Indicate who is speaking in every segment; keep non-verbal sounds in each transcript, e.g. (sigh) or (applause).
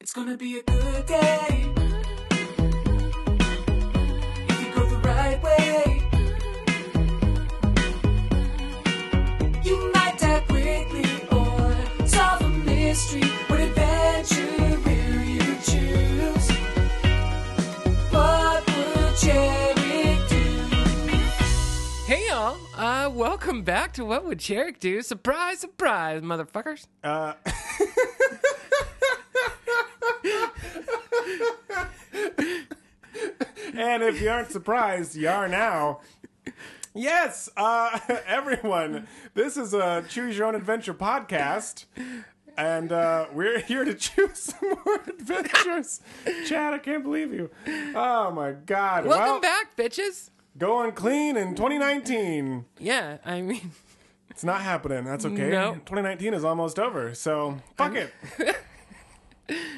Speaker 1: It's gonna be a good day. If you go the right way, you might die quickly or solve a mystery. What adventure will you choose? What will Jared do? Hey y'all, uh, welcome back to What Would Jarek Do? Surprise, surprise, motherfuckers.
Speaker 2: Uh, (laughs) And if you aren't surprised, you are now. Yes, uh, (laughs) everyone, this is a Choose Your Own Adventure podcast. And uh, we're here to choose some more adventures. Chad, I can't believe you. Oh my God.
Speaker 1: Welcome
Speaker 2: well,
Speaker 1: back, bitches.
Speaker 2: going clean in 2019.
Speaker 1: Yeah, I mean, (laughs)
Speaker 2: It's not happening. That's okay.
Speaker 1: Nope.
Speaker 2: 2019 is almost over. So fuck it.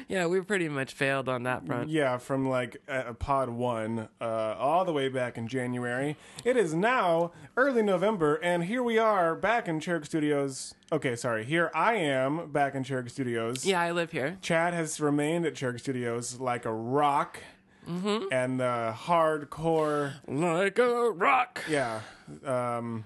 Speaker 1: yeah, we pretty much failed on that front.
Speaker 2: Yeah, from like uh, pod one uh, all the way back in January. It is now early November, and here we are back in Cherrick Studios. Okay, sorry. Here I am back in Cherrick Studios.
Speaker 1: Yeah, I live here.
Speaker 2: Chad has remained at Cherrick Studios like a rock.
Speaker 1: Mm-hmm.
Speaker 2: And the hardcore,
Speaker 1: Like a rock.
Speaker 2: yeah, um,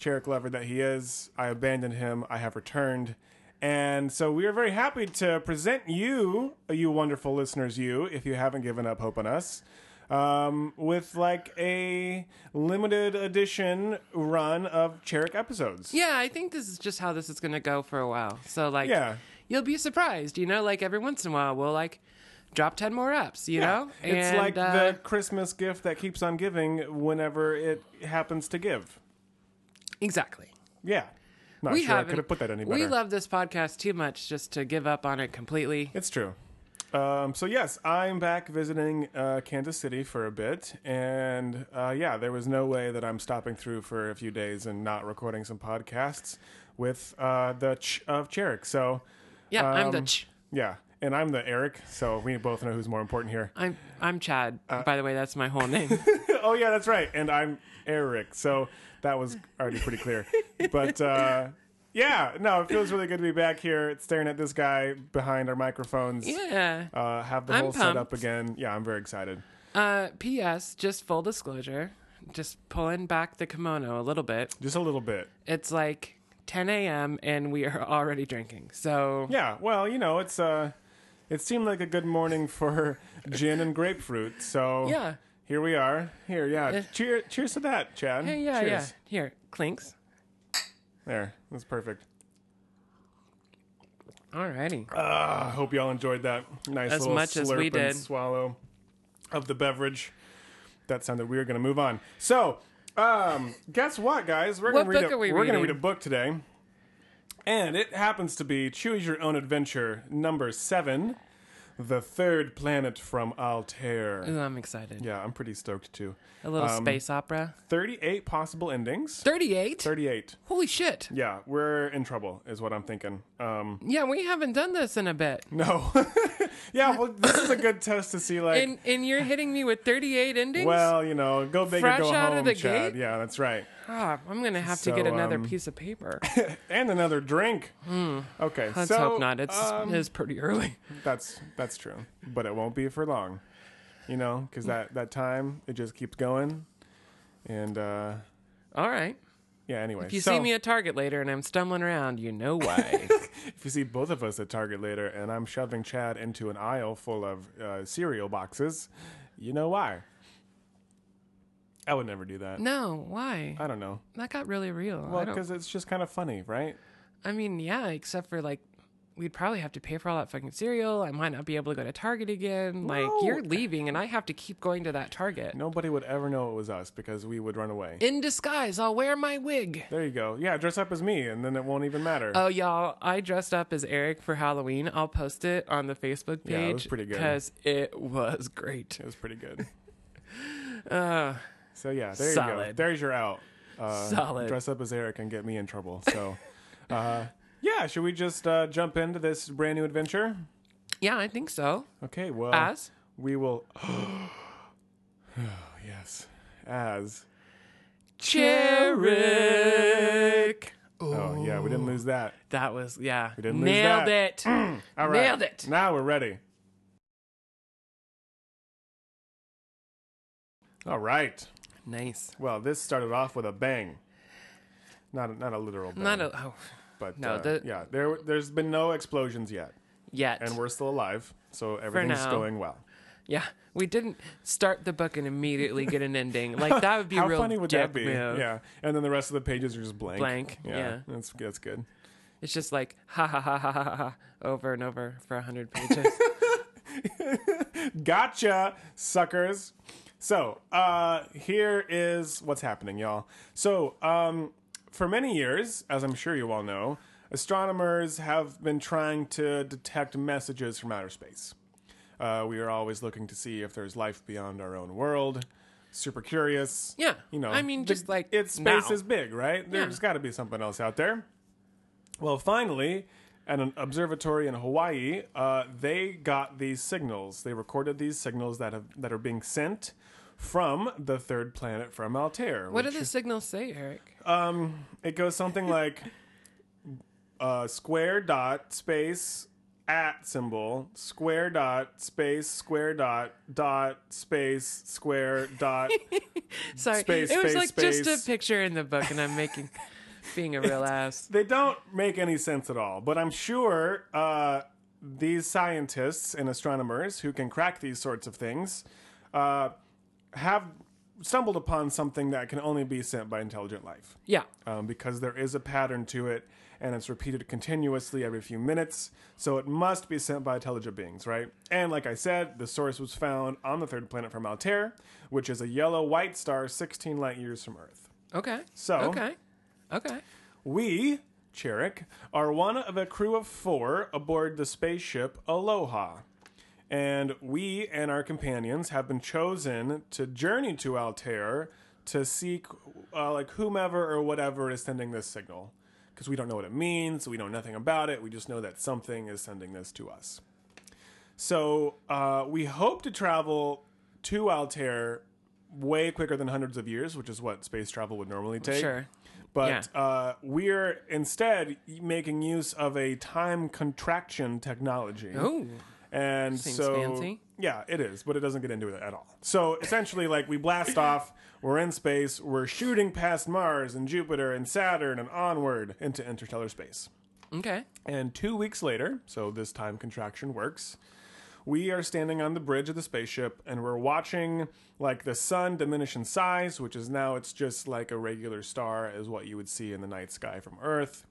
Speaker 2: Cherrick lover that he is, I abandoned him. I have returned. And so we are very happy to present you, you wonderful listeners, you, if you haven't given up hope on us, um, with like a limited edition run of Cherrick episodes.
Speaker 1: Yeah, I think this is just how this is going to go for a while. So like
Speaker 2: Yeah.
Speaker 1: you'll be surprised, you know, like every once in a while we'll like drop 10 more ups, you know?
Speaker 2: It's
Speaker 1: And,
Speaker 2: like
Speaker 1: uh,
Speaker 2: the Christmas gift that keeps on giving whenever it happens to give.
Speaker 1: Exactly.
Speaker 2: Yeah. Not
Speaker 1: we
Speaker 2: sure I
Speaker 1: haven't-
Speaker 2: could have put that any better.
Speaker 1: We love this podcast too much just to give up on it completely.
Speaker 2: It's true. Um, so yes, I'm back visiting uh, Kansas City for a bit, and uh, yeah, there was no way that I'm stopping through for a few days and not recording some podcasts with uh, the Ch of Cherrick. So
Speaker 1: Yeah, I'm the
Speaker 2: um,
Speaker 1: ch-
Speaker 2: yeah, and I'm the Eric, so we both know who's more important here. (laughs)
Speaker 1: I'm I'm Chad.
Speaker 2: uh,
Speaker 1: By the way, that's my whole name.
Speaker 2: oh yeah, that's right, and I'm Eric, so that was already pretty clear. but uh, yeah, no, it feels really good to be back here, staring at this guy behind our microphones.
Speaker 1: yeah.
Speaker 2: Uh, have the
Speaker 1: I'm
Speaker 2: whole set up
Speaker 1: pumped.
Speaker 2: again. Yeah, I'm very excited.
Speaker 1: Uh PS, just full disclosure, just pulling back the kimono a little bit.
Speaker 2: Just a little bit.
Speaker 1: It's like 10 a.m. and we are already drinking. So
Speaker 2: Yeah. Well, you know, it's uh it seemed like a good morning (laughs) for gin and grapefruit. So
Speaker 1: Yeah. Eh.
Speaker 2: Here we are. Here, yeah. Cheer, cheers to that, Chad.
Speaker 1: Hey, yeah, yeah.
Speaker 2: cheers.
Speaker 1: Here, clinks.
Speaker 2: There. That's perfect.
Speaker 1: Alrighty.
Speaker 2: I hope y'all enjoyed that nice
Speaker 1: As
Speaker 2: little
Speaker 1: much
Speaker 2: slurp
Speaker 1: as we did.
Speaker 2: and swallow of the beverage. That sounded weird. Going to move on. So, um, guess what, guys? We're
Speaker 1: What
Speaker 2: going to read
Speaker 1: book
Speaker 2: a,
Speaker 1: are we
Speaker 2: are going to
Speaker 1: reading?
Speaker 2: read a book today, and it happens to be "Choose Your Own Adventure" number seven, "The Third Planet from Altair."
Speaker 1: Ooh, I'm excited.
Speaker 2: Yeah, um, I'm pretty stoked too.
Speaker 1: A little space opera.
Speaker 2: Thirty-eight possible endings.
Speaker 1: 38?
Speaker 2: Thirty-eight.
Speaker 1: Holy shit.
Speaker 2: Yeah, we're in trouble, is what I'm thinking. Um,
Speaker 1: Yeah, we haven't done this in a bit.
Speaker 2: no. (laughs) yeah, well, this is a good test to see like.
Speaker 1: And and you're hitting me with 38 endings?
Speaker 2: Well, you know, go big
Speaker 1: Fresh
Speaker 2: or go
Speaker 1: out of
Speaker 2: home,
Speaker 1: the
Speaker 2: Chad.
Speaker 1: gate?
Speaker 2: Yeah, that's right.
Speaker 1: Ah, I'm going to have to
Speaker 2: So,
Speaker 1: get another
Speaker 2: um,
Speaker 1: piece of
Speaker 2: (laughs)
Speaker 1: paper.
Speaker 2: And another drink. Okay,
Speaker 1: Hmm. Let's
Speaker 2: so
Speaker 1: hope not. It's
Speaker 2: uh,
Speaker 1: it is pretty early.
Speaker 2: that's that's true, but it won't be for long. You know, because that that time it just keeps going, and uh
Speaker 1: All right.
Speaker 2: yeah. Anyway,
Speaker 1: If you
Speaker 2: so
Speaker 1: see me at Target later and I'm stumbling around, you know
Speaker 2: (laughs)
Speaker 1: why.
Speaker 2: if you see both of us at Target later, and I'm shoving Chad into an aisle full of uh, cereal boxes, you know why? I would never do that.
Speaker 1: no, why?
Speaker 2: I don't know.
Speaker 1: That got really real. I,
Speaker 2: Well,
Speaker 1: don't-
Speaker 2: because it's just kind of funny, right?
Speaker 1: I mean, yeah, except for like we'd probably have to pay for all that fucking cereal. I might not be able to go to Target again. Like
Speaker 2: No.
Speaker 1: you're leaving and I have to keep going to that Target.
Speaker 2: Nobody would ever know it was us because we would run away.
Speaker 1: In disguise, I'll wear my wig.
Speaker 2: There you go. Yeah, dress up as me, and then it won't even matter.
Speaker 1: Oh y'all, I dressed up as Eric for Halloween. I'll post it on the Facebook page
Speaker 2: Yeah, it was pretty good.
Speaker 1: cuz it was great.
Speaker 2: it was pretty good.
Speaker 1: Uh,
Speaker 2: So yeah, there you go.
Speaker 1: Solid.
Speaker 2: There's your out. Uh,
Speaker 1: Solid.
Speaker 2: Dress up as Eric and get me in trouble. So, uh, yeah, should we just uh, jump into this brand new adventure?
Speaker 1: yeah, I think so.
Speaker 2: Okay. Well,
Speaker 1: As
Speaker 2: we will. (gasps) oh yes, as.
Speaker 1: Cherick.
Speaker 2: Oh yeah, we didn't lose that. (clears throat)
Speaker 1: That was yeah.
Speaker 2: didn't lose
Speaker 1: Nailed
Speaker 2: that.
Speaker 1: it.
Speaker 2: All right.
Speaker 1: Nailed it.
Speaker 2: Now we're ready. All right.
Speaker 1: Nice.
Speaker 2: Well, this started off with a bang. Not a, not a literal bang.
Speaker 1: Not a oh,
Speaker 2: but
Speaker 1: no,
Speaker 2: uh,
Speaker 1: the-
Speaker 2: yeah, there there's been no explosions yet,
Speaker 1: yet.
Speaker 2: and we're still alive, so everything's
Speaker 1: now.
Speaker 2: going well.
Speaker 1: yeah, we didn't start the book and immediately get an ending. (laughs) Like that would be
Speaker 2: (laughs) How
Speaker 1: real
Speaker 2: funny would
Speaker 1: dick
Speaker 2: that be?
Speaker 1: move.
Speaker 2: Yeah, and then the rest of the pages are just blank.
Speaker 1: Blank, yeah.
Speaker 2: that's that's good.
Speaker 1: It's just like ha ha ha ha ha ha, ha over and over for a hundred
Speaker 2: (laughs)
Speaker 1: pages.
Speaker 2: Gotcha, suckers. So, uh, here is what's happening, y'all. So, um, for many years, as I'm sure you all know, astronomers have been trying to detect messages from outer space. Uh, we are always looking to see if there's life beyond our own world. Super curious.
Speaker 1: Yeah,
Speaker 2: You know,
Speaker 1: I mean, just like
Speaker 2: it's space
Speaker 1: now.
Speaker 2: is big, right? There's got to be something else out there. Well, finally, at an observatory in Hawaii, uh, they got these signals. They recorded these signals that have that are being sent from the third planet from Altair.
Speaker 1: what do
Speaker 2: which-
Speaker 1: the signals say, Eric?
Speaker 2: It goes something like uh, square dot space at symbol square dot space square dot dot space square dot.
Speaker 1: Sorry,
Speaker 2: space,
Speaker 1: it was
Speaker 2: space,
Speaker 1: like just
Speaker 2: space.
Speaker 1: a picture in the book, and I'm (laughs) making being a real ass.
Speaker 2: they don't make any sense at all. But I'm sure uh, these scientists and astronomers who can crack these sorts of things uh, have stumbled upon something that can only be sent by intelligent life.
Speaker 1: Yeah,
Speaker 2: um, because there is a pattern to it and it's repeated continuously every few minutes. So it must be sent by intelligent beings, right? And like I said, the source was found on the third planet from Altair, which is a yellow white star 16 light years from Earth.
Speaker 1: okay.
Speaker 2: So-
Speaker 1: okay, okay.
Speaker 2: We, Cherik, are one of a crew of four aboard the spaceship Aloha. And we and our companions have been chosen to journey to Altair to seek, uh, like, whomever or whatever is sending this signal. Because we don't know what it means, we know nothing about it, we just know that something is sending this to us. So uh, we hope to travel to Altair way quicker than hundreds of years, which is what space travel would normally take.
Speaker 1: Sure.
Speaker 2: But uh, we're instead making use of a time contraction technology.
Speaker 1: Oh,
Speaker 2: and
Speaker 1: seems
Speaker 2: so
Speaker 1: fancy.
Speaker 2: yeah, it is, but it doesn't get into it at all. So essentially, like we blast off, we're in space, we're shooting past Mars and Jupiter and Saturn and onward into interstellar space.
Speaker 1: okay.
Speaker 2: And two weeks later, so this time contraction works, we are standing on the bridge of the spaceship and we're watching like the sun diminish in size, which is now it's just like a regular star, is what you would see in the night sky from Earth.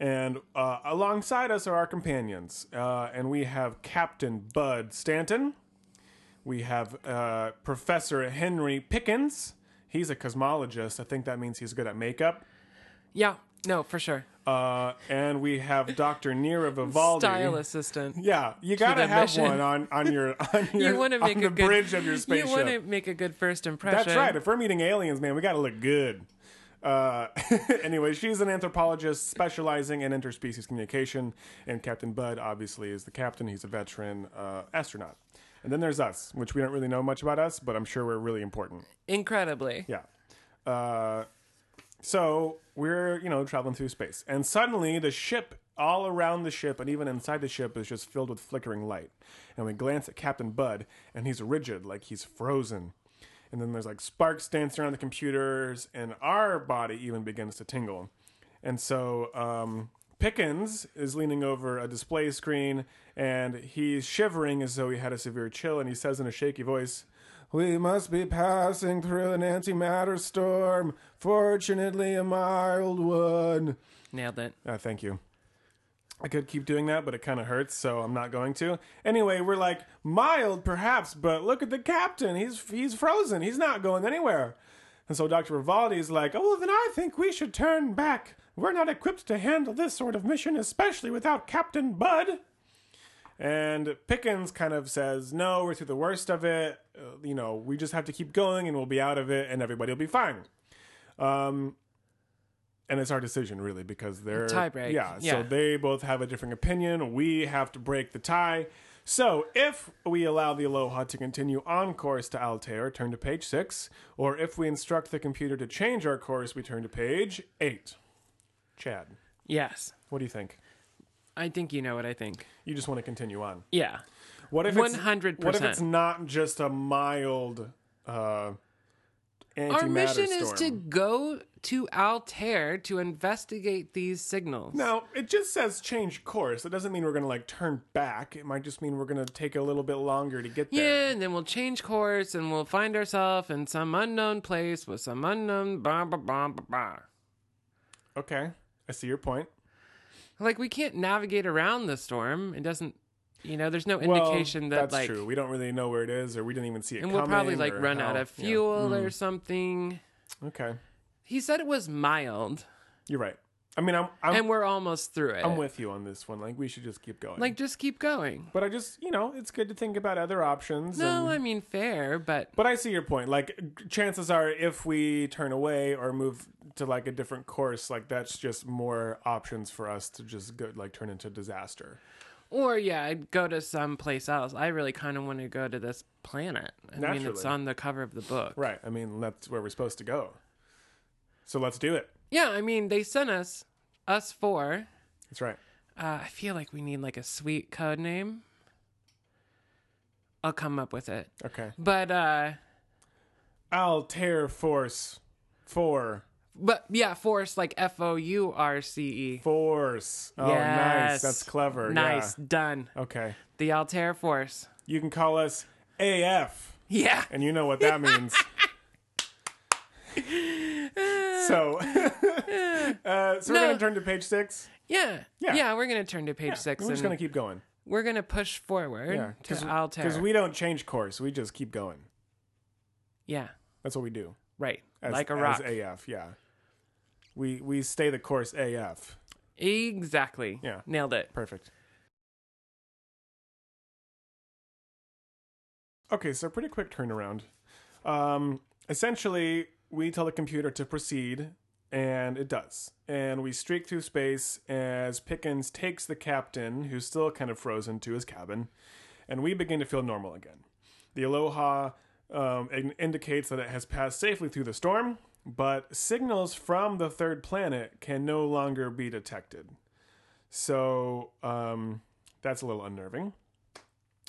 Speaker 2: And uh, alongside us are our companions, uh, and we have Captain Bud Stanton. We have uh, Professor Henry Pickens. He's a cosmologist. I think that means he's good at makeup.
Speaker 1: Yeah, no, for sure.
Speaker 2: Uh, and we have Dr. Nira Vivaldi.
Speaker 1: Style assistant.
Speaker 2: Yeah, you gotta
Speaker 1: the
Speaker 2: have
Speaker 1: mission.
Speaker 2: one on
Speaker 1: (laughs)
Speaker 2: on your on your
Speaker 1: You want to
Speaker 2: on
Speaker 1: make
Speaker 2: the
Speaker 1: a good
Speaker 2: bridge of your
Speaker 1: You want to
Speaker 2: spaceship.
Speaker 1: make a good first impression.
Speaker 2: That's right. If we're meeting aliens, man, we gotta look good. Uh, (laughs) anyway, she's an anthropologist specializing in interspecies communication, and Captain Bud obviously is the captain. He's a veteran uh, astronaut. And then there's us, which we don't really know much about us, but I'm sure we're really important.
Speaker 1: Incredibly.
Speaker 2: Yeah. Uh, so we're, you know, traveling through space. And suddenly the ship, all around the ship and even inside the ship, is just filled with flickering light. And we glance at Captain Bud, and he's rigid, like he's frozen. And then there's like sparks dancing around the computers, and our body even begins to tingle. And so um, Pickens is leaning over a display screen and he's shivering as though he had a severe chill. And he says in a shaky voice, We must be passing through an antimatter storm. Fortunately, a mild one.
Speaker 1: Nailed it.
Speaker 2: Uh, thank you. I could keep doing that, but it kind of hurts, so I'm not going to. Anyway, we're like mild, perhaps, but look at the captain. He's he's frozen. He's not going anywhere. And so Dr. Rivaldi is like, "Oh, well, then I think we should turn back. We're not equipped to handle this sort of mission, especially without Captain Bud." And Pickens kind of says, "No, we're through the worst of it. Uh, you know, we just have to keep going, and we'll be out of it, and everybody will be fine." Um, and it's our decision, really, because they're
Speaker 1: Tie break.
Speaker 2: Yeah,
Speaker 1: Yeah.
Speaker 2: so they both have a different opinion. We have to break the tie. So if we allow the Aloha to continue on course to Altair, turn to page six, or if we instruct the computer to change our course, we turn to page eight. Chad,
Speaker 1: Yes.
Speaker 2: what do you think?
Speaker 1: I think you know what I think.
Speaker 2: You just want to continue on.
Speaker 1: Yeah.
Speaker 2: What if it's-
Speaker 1: 100%.
Speaker 2: What if it's not just a mild uh, antimatter
Speaker 1: Our mission
Speaker 2: storm.
Speaker 1: is to go to Altair to investigate these signals.
Speaker 2: Now, it just says change course. That doesn't mean we're going to like turn back. It might just mean we're going to take a little bit longer to get there.
Speaker 1: Yeah, and then we'll change course and we'll find ourselves in some unknown place with some unknown blah blah blah blah blah.
Speaker 2: Okay. I see your point.
Speaker 1: Like we can't navigate around the storm. It doesn't you know, there's no
Speaker 2: Well,
Speaker 1: indication that
Speaker 2: that's
Speaker 1: like
Speaker 2: true. We don't really know where it is, or we didn't even see it.
Speaker 1: and we'll probably
Speaker 2: coming,
Speaker 1: like
Speaker 2: or
Speaker 1: run out
Speaker 2: how-
Speaker 1: of
Speaker 2: yeah. Mm-hmm.
Speaker 1: fuel or something.
Speaker 2: Okay,
Speaker 1: He said it was mild
Speaker 2: you're right. I mean, I'm I'm,
Speaker 1: and we're almost through it.
Speaker 2: I'm with you on this one. Like, we should just keep going.
Speaker 1: like just keep going.
Speaker 2: but I just, you know, it's good to think about other options.
Speaker 1: No,
Speaker 2: and-
Speaker 1: I mean fair, but
Speaker 2: But I see your point. Like, g- chances are, if we turn away or move to like a different course, like that's just more options for us to just go, like turn into disaster.
Speaker 1: Or yeah, I'd go to someplace else. I really kind of want to go to this planet. I mean, it's
Speaker 2: Naturally.
Speaker 1: on the cover of the book.
Speaker 2: Right. I mean, that's where we're supposed to go. So let's do it.
Speaker 1: Yeah, I mean, they sent us us four.
Speaker 2: That's right.
Speaker 1: Uh, I feel like we need like a sweet code name. I'll come up with it.
Speaker 2: Okay.
Speaker 1: But uh
Speaker 2: Altair Force. Four.
Speaker 1: but yeah, force like F O U R C E.
Speaker 2: Force. Oh, nice.
Speaker 1: Yes.
Speaker 2: That's clever.
Speaker 1: Nice, done.
Speaker 2: Yeah. Okay.
Speaker 1: The Altair Force. (laughs)
Speaker 2: You can call us AF,
Speaker 1: Yeah.
Speaker 2: and you know what
Speaker 1: (laughs)
Speaker 2: that means. so, (laughs) uh, so we're
Speaker 1: No.
Speaker 2: going to turn to page six.
Speaker 1: Yeah.
Speaker 2: Yeah.
Speaker 1: Yeah, we're going to turn to page 6
Speaker 2: We're
Speaker 1: and
Speaker 2: just going to keep going.
Speaker 1: we're going to push forward
Speaker 2: Yeah.
Speaker 1: to Altair.
Speaker 2: Because we don't change course. We just keep going.
Speaker 1: yeah.
Speaker 2: That's what we do.
Speaker 1: Right.
Speaker 2: As,
Speaker 1: like a
Speaker 2: as
Speaker 1: rock.
Speaker 2: AF, yeah. We, we stay the course AF.
Speaker 1: Exactly.
Speaker 2: Yeah.
Speaker 1: Nailed it.
Speaker 2: Perfect. Okay, so pretty quick turnaround. Um, essentially, we tell the computer to proceed, and it does. And we streak through space as Pickens takes the captain, who's still kind of frozen, to his cabin, and we begin to feel normal again. The Aloha um, in- indicates that it has passed safely through the storm, but signals from the third planet can no longer be detected. So um, that's a little unnerving.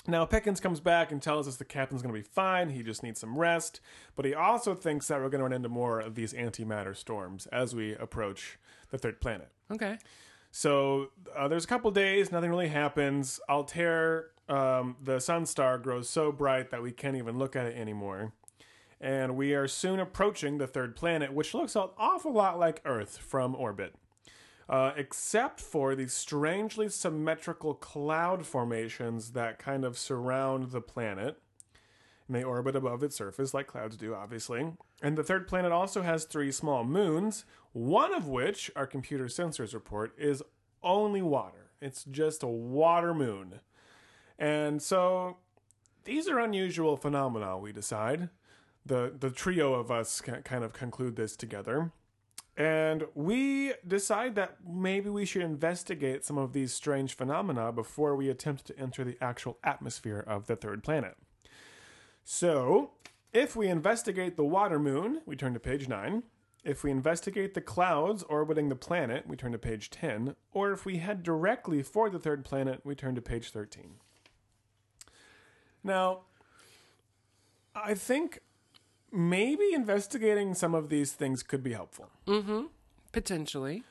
Speaker 2: Now, Pickens comes back and tells us the captain's going to be fine. He just needs some rest. But he also thinks that we're going to run into more of these antimatter storms as we approach the third planet.
Speaker 1: Okay.
Speaker 2: So uh, there's a couple days, nothing really happens. Altair, um, the sun star, grows so bright that we can't even look at it anymore. And we are soon approaching the third planet, which looks an awful lot like Earth from orbit. Uh, except for these strangely symmetrical cloud formations that kind of surround the planet. And they orbit above its surface like clouds do, obviously. And the third planet also has three small moons, one of which, our computer sensors report, is only water. It's just a water moon. And so these are unusual phenomena, we decide. The, the trio of us ca- kind of conclude this together. And we decide that maybe we should investigate some of these strange phenomena before we attempt to enter the actual atmosphere of the third planet. So, if we investigate the water moon, we turn to page 9. If we investigate the clouds orbiting the planet, we turn to page 10. Or if we head directly for the third planet, we turn to page 13. Now, I think maybe investigating some of these things could be helpful.
Speaker 1: Potentially.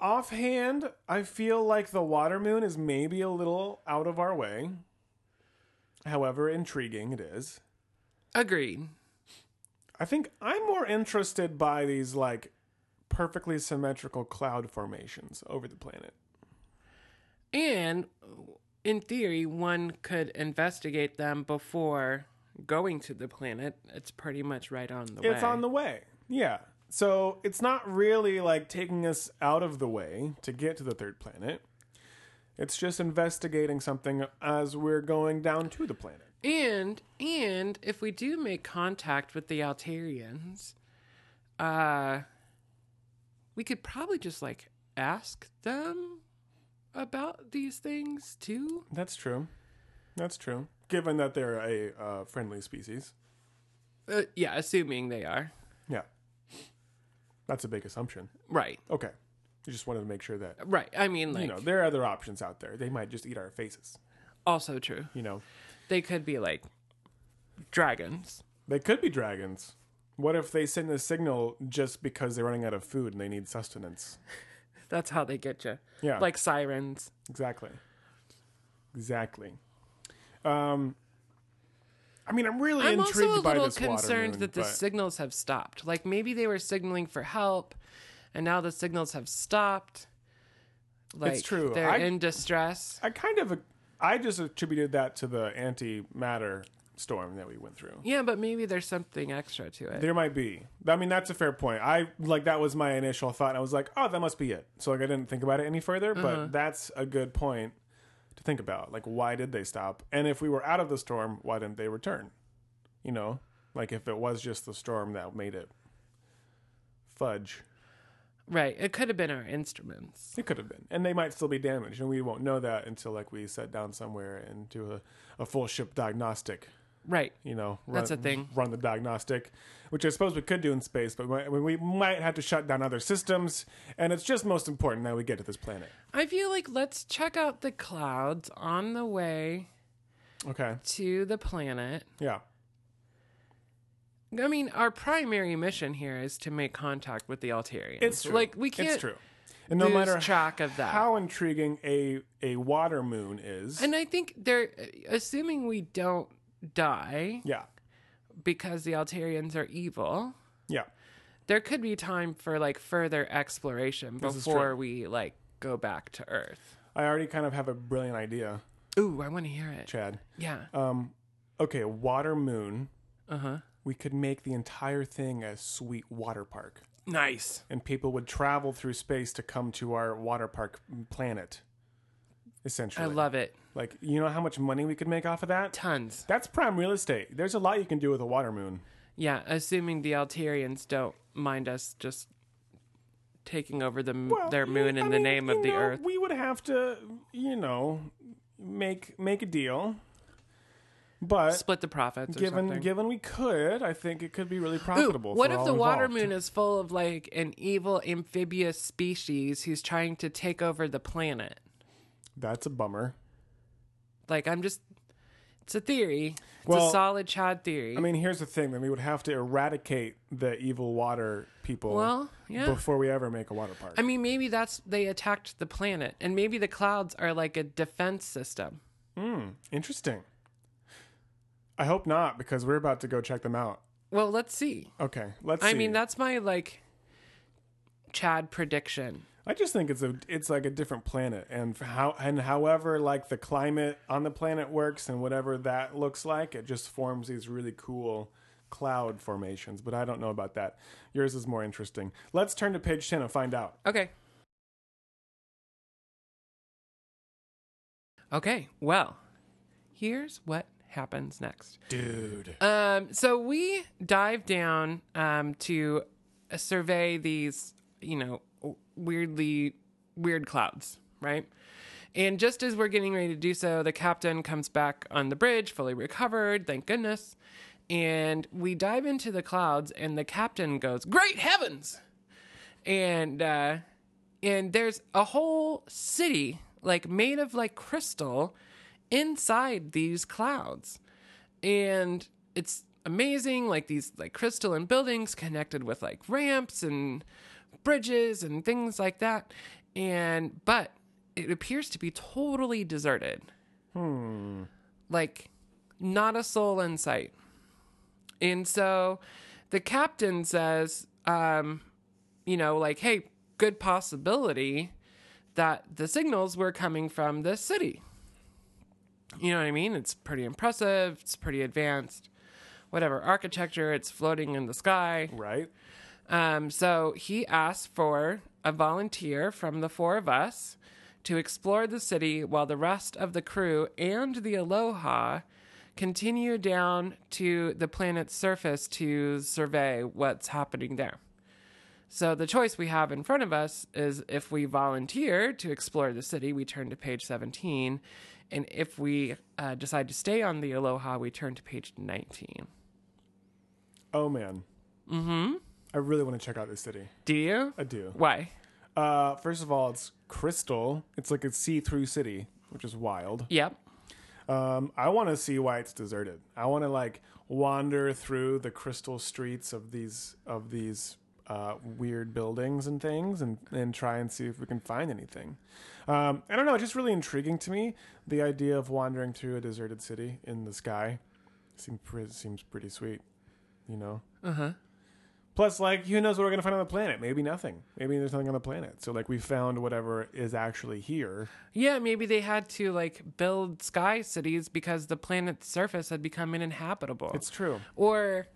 Speaker 2: Offhand, I feel like the water moon is maybe a little out of our way. However, intriguing it is.
Speaker 1: Agreed.
Speaker 2: I think I'm more interested by these like perfectly symmetrical cloud formations over the planet.
Speaker 1: And in theory, one could investigate them before going to the planet. It's pretty much right on the way.
Speaker 2: It's on the way. Yeah. So it's not really like taking us out of the way to get to the third planet. It's just investigating something as we're going down to the planet.
Speaker 1: And and if we do make contact with the Altarians, uh we could probably just like ask them about these things too.
Speaker 2: That's true. That's true. Given that they're a uh, friendly species.
Speaker 1: Uh, yeah, assuming they are.
Speaker 2: Yeah. That's a big assumption.
Speaker 1: Right.
Speaker 2: Okay. I just wanted to make sure that,
Speaker 1: Right. I mean like
Speaker 2: you know, there are other options out there. They might just eat our faces,
Speaker 1: also true.
Speaker 2: you know.
Speaker 1: They could be like dragons
Speaker 2: They could be dragons. What if they send a signal just because they're running out of food and they need sustenance?
Speaker 1: That's how they get you.
Speaker 2: Yeah.
Speaker 1: Like sirens.
Speaker 2: Exactly. Exactly. Um, I mean, I'm really
Speaker 1: I'm
Speaker 2: intrigued
Speaker 1: also a
Speaker 2: by
Speaker 1: little
Speaker 2: this water
Speaker 1: concerned
Speaker 2: moon,
Speaker 1: that the
Speaker 2: but-
Speaker 1: signals have stopped. Like maybe they were signaling for help, and now the signals have stopped. Like
Speaker 2: true.
Speaker 1: They're
Speaker 2: I-
Speaker 1: in distress.
Speaker 2: I kind of, I just attributed that to the antimatter storm that we went through.
Speaker 1: Yeah, but maybe there's something extra to it.
Speaker 2: There might be. I mean, that's a fair point. I like that was my initial thought. And I was like, oh, that must be it. So like, I didn't think about it any further. But that's a good point to think about. Like, why did they stop? And if we were out of the storm, why didn't they return? You know, like if it was just the storm that made it fudge,
Speaker 1: Right. It could have been our instruments.
Speaker 2: it could have been. And they might still be damaged, and we won't know that until like we sit down somewhere and do a, a full ship diagnostic.
Speaker 1: Right.
Speaker 2: you know, run,
Speaker 1: That's a thing.
Speaker 2: Run the diagnostic, which I suppose we could do in space, but we, we might have to shut down other systems. And it's just most important that we get to this planet.
Speaker 1: I feel like let's check out the clouds on the way
Speaker 2: Okay.
Speaker 1: to the planet.
Speaker 2: Yeah.
Speaker 1: I mean, our primary mission here is to make contact with the Altarians.
Speaker 2: It's true.
Speaker 1: Like we can't
Speaker 2: It's true. And no
Speaker 1: lose
Speaker 2: matter
Speaker 1: track of that.
Speaker 2: how intriguing a a water moon is,
Speaker 1: And I think they're uh, assuming we don't die
Speaker 2: yeah,
Speaker 1: because the Altarians are evil.
Speaker 2: yeah,
Speaker 1: There could be time for like further exploration
Speaker 2: is
Speaker 1: before
Speaker 2: true.
Speaker 1: we like go back to Earth.
Speaker 2: I already kind of have a brilliant idea,
Speaker 1: Ooh, I want to hear it.
Speaker 2: Chad.
Speaker 1: Yeah.
Speaker 2: Um, okay, water moon.
Speaker 1: Uh huh.
Speaker 2: We could make the entire thing a sweet water park,
Speaker 1: Nice.
Speaker 2: and people would travel through space to come to our water park planet. Essentially,
Speaker 1: I love it.
Speaker 2: Like, you know how much money we could make off of that?
Speaker 1: Tons.
Speaker 2: That's prime real estate. There's a lot you can do with a water moon.
Speaker 1: Yeah, assuming the Altarians don't mind us just taking over the m their moon
Speaker 2: I
Speaker 1: in the
Speaker 2: mean,
Speaker 1: name
Speaker 2: you
Speaker 1: of the
Speaker 2: know,
Speaker 1: Earth.
Speaker 2: We would have to, you know, make make a deal. But
Speaker 1: Split the profits or
Speaker 2: given
Speaker 1: something.
Speaker 2: given we could, I think it could be really
Speaker 1: Ooh,
Speaker 2: profitable.
Speaker 1: what
Speaker 2: for
Speaker 1: if
Speaker 2: all
Speaker 1: the water
Speaker 2: involved.
Speaker 1: moon is full of like an evil amphibious species who's trying to take over the planet?
Speaker 2: That's a bummer.
Speaker 1: Like I'm just it's a theory. It's
Speaker 2: Well,
Speaker 1: a solid Chad theory.
Speaker 2: I mean, here's the thing: then we would have to eradicate the evil water people
Speaker 1: Well, yeah.
Speaker 2: before we ever make a water park.
Speaker 1: I mean maybe that's they attacked the planet and maybe the clouds are like a defense system.
Speaker 2: Hmm, Interesting. I hope not, because we're about to go check them out.
Speaker 1: Well, let's see.
Speaker 2: Okay, let's.
Speaker 1: I
Speaker 2: see.
Speaker 1: mean that's my like Chad prediction.
Speaker 2: I just think it's a it's like a different planet, and f- how and however like the climate on the planet works and whatever that looks like, it just forms these really cool cloud formations. But I don't know about that. Yours is more interesting. Let's turn to page ten and find out.
Speaker 1: Okay. Okay, well, here's what happens next.
Speaker 2: Dude,
Speaker 1: Um, so we dive down um, to survey these, you know, weirdly weird clouds, right? And just as we're getting ready to do so, the captain comes back on the bridge, fully recovered, thank goodness. And we dive into the clouds, and the captain goes, "Great heavens!" And uh, and there's a whole city, like made of like crystal, inside these clouds and it's amazing like these like crystalline buildings connected with like ramps and bridges and things like that and but it appears to be totally deserted hmm like not a soul in sight and so the captain says um you know like hey good possibility that the signals were coming from this city you know what I mean? It's pretty impressive. It's pretty advanced. Whatever architecture, it's floating in the sky.
Speaker 2: right?
Speaker 1: Um, so he asked for a volunteer from the four of us to explore the city while the rest of the crew and the Aloha continue down to the planet's surface to survey what's happening there. So the choice we have in front of us is if we volunteer to explore the city, we turn to page 17. And if we uh, decide to stay on the Aloha, we turn to page 19.
Speaker 2: Oh man. Mm-hmm. I really want to check out this city.
Speaker 1: Do you?
Speaker 2: I do.
Speaker 1: Why?
Speaker 2: Uh, first of all, it's crystal. It's like a see-through city, which is wild.
Speaker 1: Yep.
Speaker 2: Um, I want to see why it's deserted. I want to like wander through the crystal streets of these of these uh, weird buildings and things, and and try and see if we can find anything. Um, I don't know. It's just really intriguing to me the idea of wandering through a deserted city in the sky. Seems pretty, seems pretty sweet, you know.
Speaker 1: Uh huh.
Speaker 2: Plus, like, who knows what we're gonna find on the planet? Maybe nothing. Maybe there's nothing on the planet. So, like, we found whatever is actually here.
Speaker 1: Yeah, maybe they had to like build sky cities because the planet's surface had become uninhabitable.
Speaker 2: It's true.
Speaker 1: or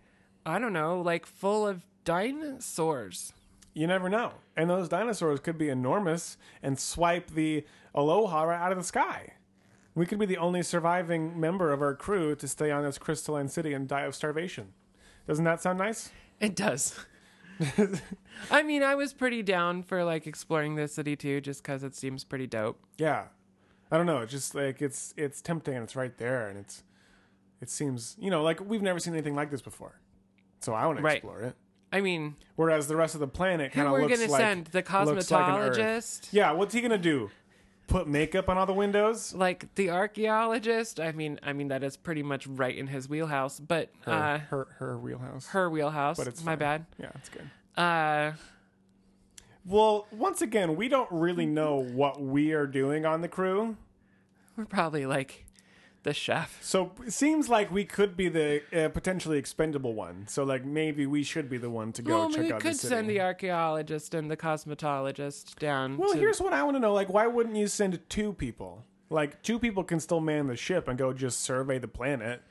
Speaker 1: I don't know, like full of dinosaurs.
Speaker 2: You never know. And those dinosaurs could be enormous and swipe the Aloha right out of the sky. We could be the only surviving member of our crew to stay on this crystalline city and die of starvation. Doesn't that sound nice?
Speaker 1: It
Speaker 2: (laughs)
Speaker 1: does. I mean, I was pretty down for like exploring this city too, just because it seems pretty dope.
Speaker 2: Yeah. I don't know. It's just like it's it's tempting and it's right there and it's it seems you know, like we've never seen anything like this before. So I want to
Speaker 1: Right.
Speaker 2: explore it.
Speaker 1: I mean,
Speaker 2: Whereas the rest of the planet kind
Speaker 1: who
Speaker 2: of
Speaker 1: we're
Speaker 2: looks
Speaker 1: gonna
Speaker 2: like
Speaker 1: send the
Speaker 2: looks like an Earth.
Speaker 1: cosmetologist,
Speaker 2: yeah, what's he gonna do? Put makeup on all the windows?
Speaker 1: like the archaeologist. I mean, I mean that is pretty much right in his wheelhouse, but
Speaker 2: Her,
Speaker 1: uh,
Speaker 2: her, her wheelhouse.
Speaker 1: her wheelhouse.
Speaker 2: but it's
Speaker 1: my
Speaker 2: fine.
Speaker 1: bad.
Speaker 2: Yeah, it's good.
Speaker 1: Uh,
Speaker 2: Well, once again, we don't really know what we are doing on the crew,
Speaker 1: we're probably like the chef.
Speaker 2: so it seems like we could be the uh, potentially expendable one. So, like, maybe we should be the one to go
Speaker 1: well, I mean,
Speaker 2: check
Speaker 1: we
Speaker 2: out
Speaker 1: could
Speaker 2: the city.
Speaker 1: send the archaeologist and the cosmetologist down.
Speaker 2: well,
Speaker 1: to-
Speaker 2: here's what I want to know: like, why wouldn't you send two people? Like, two people can still man the ship and go just survey the planet.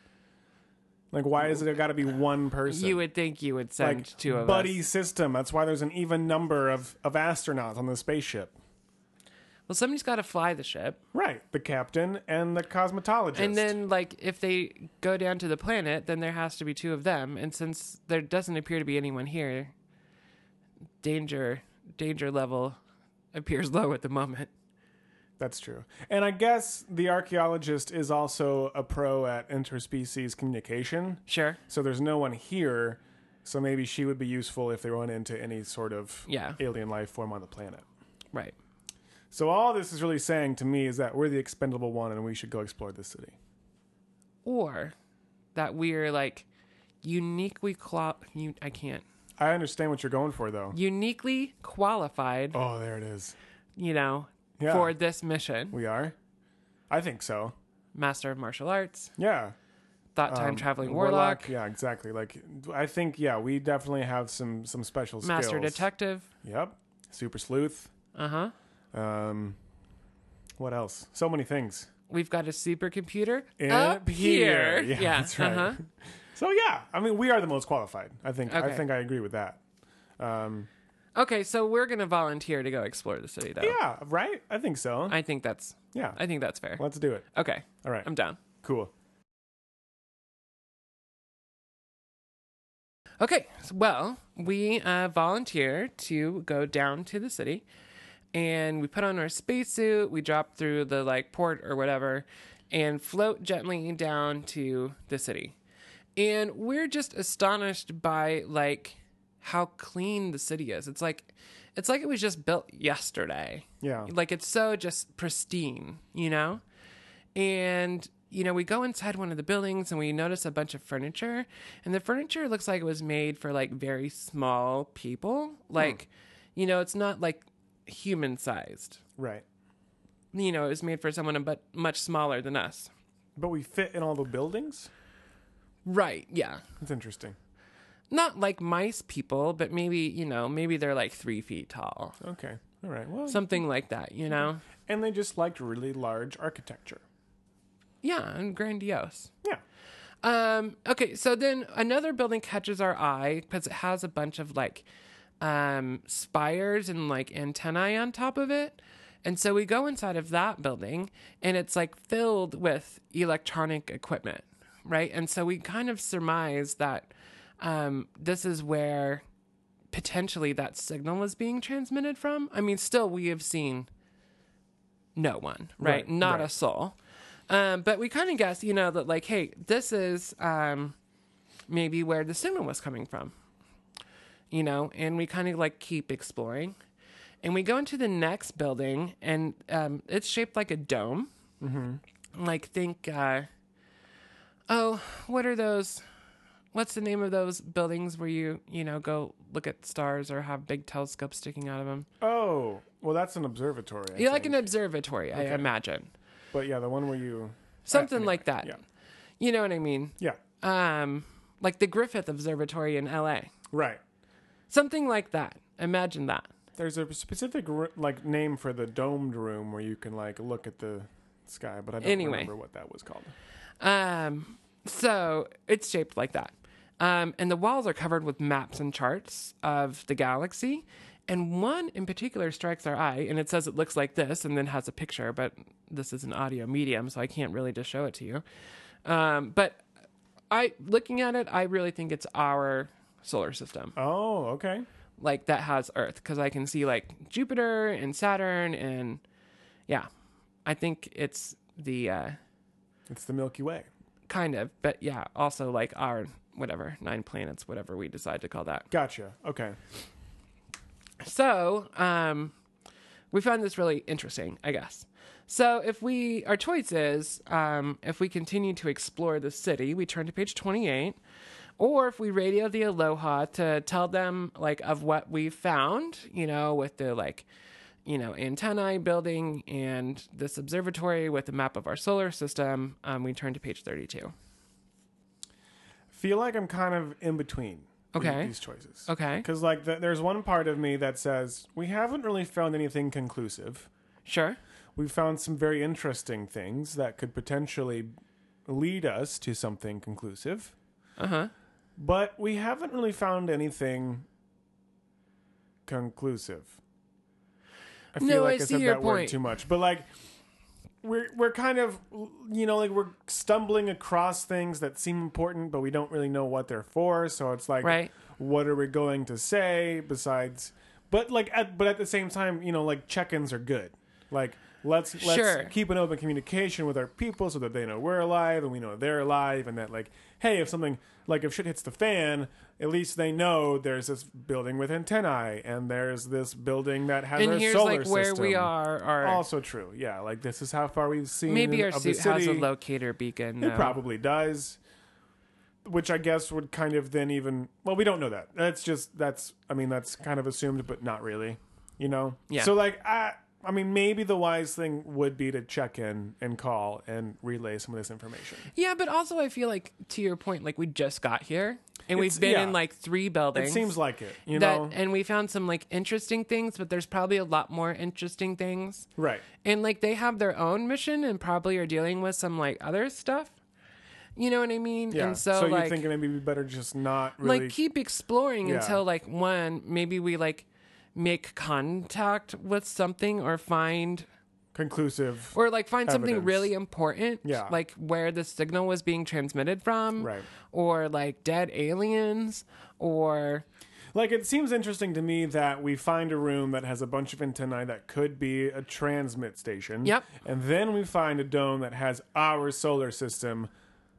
Speaker 2: Like, why is it got to be one person?
Speaker 1: you would think you would send
Speaker 2: like
Speaker 1: two of
Speaker 2: buddy
Speaker 1: us.
Speaker 2: system. That's why there's an even number of, of astronauts on the spaceship.
Speaker 1: Well, somebody's got to fly the ship,
Speaker 2: Right, the captain and the cosmetologist.
Speaker 1: and then like if they go down to the planet, then there has to be two of them. And since there doesn't appear to be anyone here, danger danger level appears low at the moment.
Speaker 2: that's true. And I guess the archaeologist is also a pro at interspecies communication.
Speaker 1: Sure.
Speaker 2: So there's no one here, so maybe she would be useful if they run into any sort of
Speaker 1: Yeah.
Speaker 2: alien life form on the planet.
Speaker 1: Right.
Speaker 2: So all this is really saying to me is that we're the expendable one and we should go explore this city.
Speaker 1: Or that we're like uniquely qual. You, I can't.
Speaker 2: I understand what you're going for though.
Speaker 1: Uniquely qualified.
Speaker 2: Oh, there it is.
Speaker 1: You know.
Speaker 2: Yeah.
Speaker 1: For this mission,
Speaker 2: We are? I think so.
Speaker 1: master of martial arts,
Speaker 2: Yeah.
Speaker 1: thought time
Speaker 2: Um,
Speaker 1: traveling warlock,
Speaker 2: Yeah, exactly. Like I think yeah, we definitely have some some special
Speaker 1: master
Speaker 2: skills.
Speaker 1: detective.
Speaker 2: Yep. Super sleuth.
Speaker 1: Uh huh.
Speaker 2: Um what else? So many things.
Speaker 1: We've got a supercomputer
Speaker 2: Up here. (laughs) Yeah, that's right.
Speaker 1: uh-huh.
Speaker 2: So yeah, I mean we are the most qualified. I think I
Speaker 1: Okay.
Speaker 2: think I agree with that. Um
Speaker 1: Okay, so we're gonna volunteer to go explore the city, though.
Speaker 2: yeah, right? I think so.
Speaker 1: I think that's
Speaker 2: yeah.
Speaker 1: I think that's fair.
Speaker 2: Let's do it.
Speaker 1: Okay,
Speaker 2: All right.
Speaker 1: I'm down.
Speaker 2: cool.
Speaker 1: Okay, so- well, we uh, volunteer to go down to the city, and we put on our spacesuit. We drop through the like port or whatever, and float gently down to the city. And we're just astonished by like how clean the city is. It's like it's like it was just built yesterday.
Speaker 2: Yeah.
Speaker 1: Like it's so just pristine, you know? And, you know, we go inside one of the buildings and we notice a bunch of furniture. And the furniture looks like it was made for like very small people. Like, you know, it's not like human sized.
Speaker 2: Right.
Speaker 1: You know, it was made for someone but much smaller than us.
Speaker 2: But we fit in all the buildings?
Speaker 1: Right, yeah.
Speaker 2: That's interesting.
Speaker 1: Not like mice people, but maybe, you know, maybe they're like three feet tall.
Speaker 2: Okay. All right. Well,
Speaker 1: Something like that, you know?
Speaker 2: and they just liked really large architecture.
Speaker 1: Yeah, and grandiose.
Speaker 2: Yeah.
Speaker 1: Um, okay, so then another building catches our eye because it has a bunch of like um, spires and like antennae on top of it. And so we go inside of that building and it's like filled with electronic equipment, right? And so we kind of surmise that um, this is where potentially that signal is being transmitted from. I mean, still, we have seen no one, right?
Speaker 2: Right,
Speaker 1: Not
Speaker 2: right.
Speaker 1: a soul. Um, but we kind of guess, you know, that like, hey, this is um, maybe where the signal was coming from, you know, and we kind of like keep exploring. And we go into the next building, and um, it's shaped like a dome. like think uh oh what are those what's the name of those buildings where you you know go look at stars or have big telescopes sticking out of them
Speaker 2: Oh, well, that's an observatory. I
Speaker 1: you like an
Speaker 2: think.
Speaker 1: observatory i imagine
Speaker 2: But yeah, the one where you.
Speaker 1: something like that
Speaker 2: Yeah.
Speaker 1: you know what i mean
Speaker 2: Yeah.
Speaker 1: um like the griffith observatory in la
Speaker 2: Right.
Speaker 1: something like that imagine that
Speaker 2: There's a specific r- like name for the domed room where you can like look at the sky, but I don't
Speaker 1: Anyway.
Speaker 2: remember what that was called.
Speaker 1: Um, so it's shaped like that. Um, and the walls are covered with maps and charts of the galaxy. And one in particular strikes our eye, and it says it looks like this, and then has a picture, but this is an audio medium, so I can't really just show it to you. Um, but I, looking at it, I really think it's our solar system,
Speaker 2: Oh, okay.
Speaker 1: like that has Earth, because I can see like Jupiter and Saturn, and yeah, I think it's the uh,
Speaker 2: It's the Milky Way.
Speaker 1: kind of but yeah also like our whatever nine planets whatever we decide to call that
Speaker 2: Gotcha. Okay.
Speaker 1: so um we found this really interesting i guess so if we our choice is um if we continue to explore the city we turn to page 28 or if we radio the aloha to tell them like of what we found you know with the like you know antennae building and this observatory with a map of our solar system um, we turn to page 32
Speaker 2: Feel like I'm kind of in between. th-
Speaker 1: Okay.
Speaker 2: These choices.
Speaker 1: okay
Speaker 2: Because like the, there's one part of me that says we haven't really found anything conclusive.
Speaker 1: sure
Speaker 2: we found some very interesting things that could potentially lead us to something conclusive.
Speaker 1: uh-huh
Speaker 2: But we haven't really found anything conclusive. I feel
Speaker 1: No,
Speaker 2: like
Speaker 1: I
Speaker 2: I,
Speaker 1: see
Speaker 2: said
Speaker 1: your
Speaker 2: that word
Speaker 1: point.
Speaker 2: too much. But like we're we're kind of you know, like we're stumbling across things that seem important, but we don't really know what they're for. So it's like
Speaker 1: Right.
Speaker 2: what are we going to say besides but like at but at the same time, you know, like check ins are good. Like let's let's
Speaker 1: Sure.
Speaker 2: keep an open communication with our people so that they know we're alive and we know they're alive and that like hey if something like if shit hits the fan at least they know there's this building with antennae and there's this building that has
Speaker 1: and
Speaker 2: our
Speaker 1: here's
Speaker 2: solar
Speaker 1: like where
Speaker 2: system.
Speaker 1: we are or
Speaker 2: also true yeah like this is how far we've seen
Speaker 1: maybe our
Speaker 2: of the
Speaker 1: suit has a
Speaker 2: city.
Speaker 1: locator beacon
Speaker 2: It
Speaker 1: though.
Speaker 2: probably does. Which I guess would kind of then even well, we don't know that. That's just that's I mean that's kind of assumed, but not really, you know.
Speaker 1: Yeah.
Speaker 2: So like I I mean maybe the wise thing would be to check in and call and relay some of this information.
Speaker 1: yeah but also i feel like to your point like we just got here and
Speaker 2: It's-
Speaker 1: we've been
Speaker 2: yeah.
Speaker 1: in like three buildings
Speaker 2: It seems like it, you
Speaker 1: that
Speaker 2: know.
Speaker 1: and we found some like interesting things but there's probably a lot more interesting things
Speaker 2: right.
Speaker 1: and like they have their own mission and probably are dealing with some like other stuff you know what i mean
Speaker 2: Yeah.
Speaker 1: and so,
Speaker 2: you
Speaker 1: like
Speaker 2: think maybe we better just not really
Speaker 1: like keep exploring
Speaker 2: Yeah.
Speaker 1: until like one maybe we like make contact with something or find
Speaker 2: conclusive.
Speaker 1: or like find something
Speaker 2: Evidence.
Speaker 1: really important
Speaker 2: Yeah.
Speaker 1: like where the signal was being transmitted from
Speaker 2: Right.
Speaker 1: or like dead aliens or
Speaker 2: Like it seems interesting to me that we find a room that has a bunch of antennae that could be a transmit station.
Speaker 1: Yep.
Speaker 2: And then we find a dome that has our solar system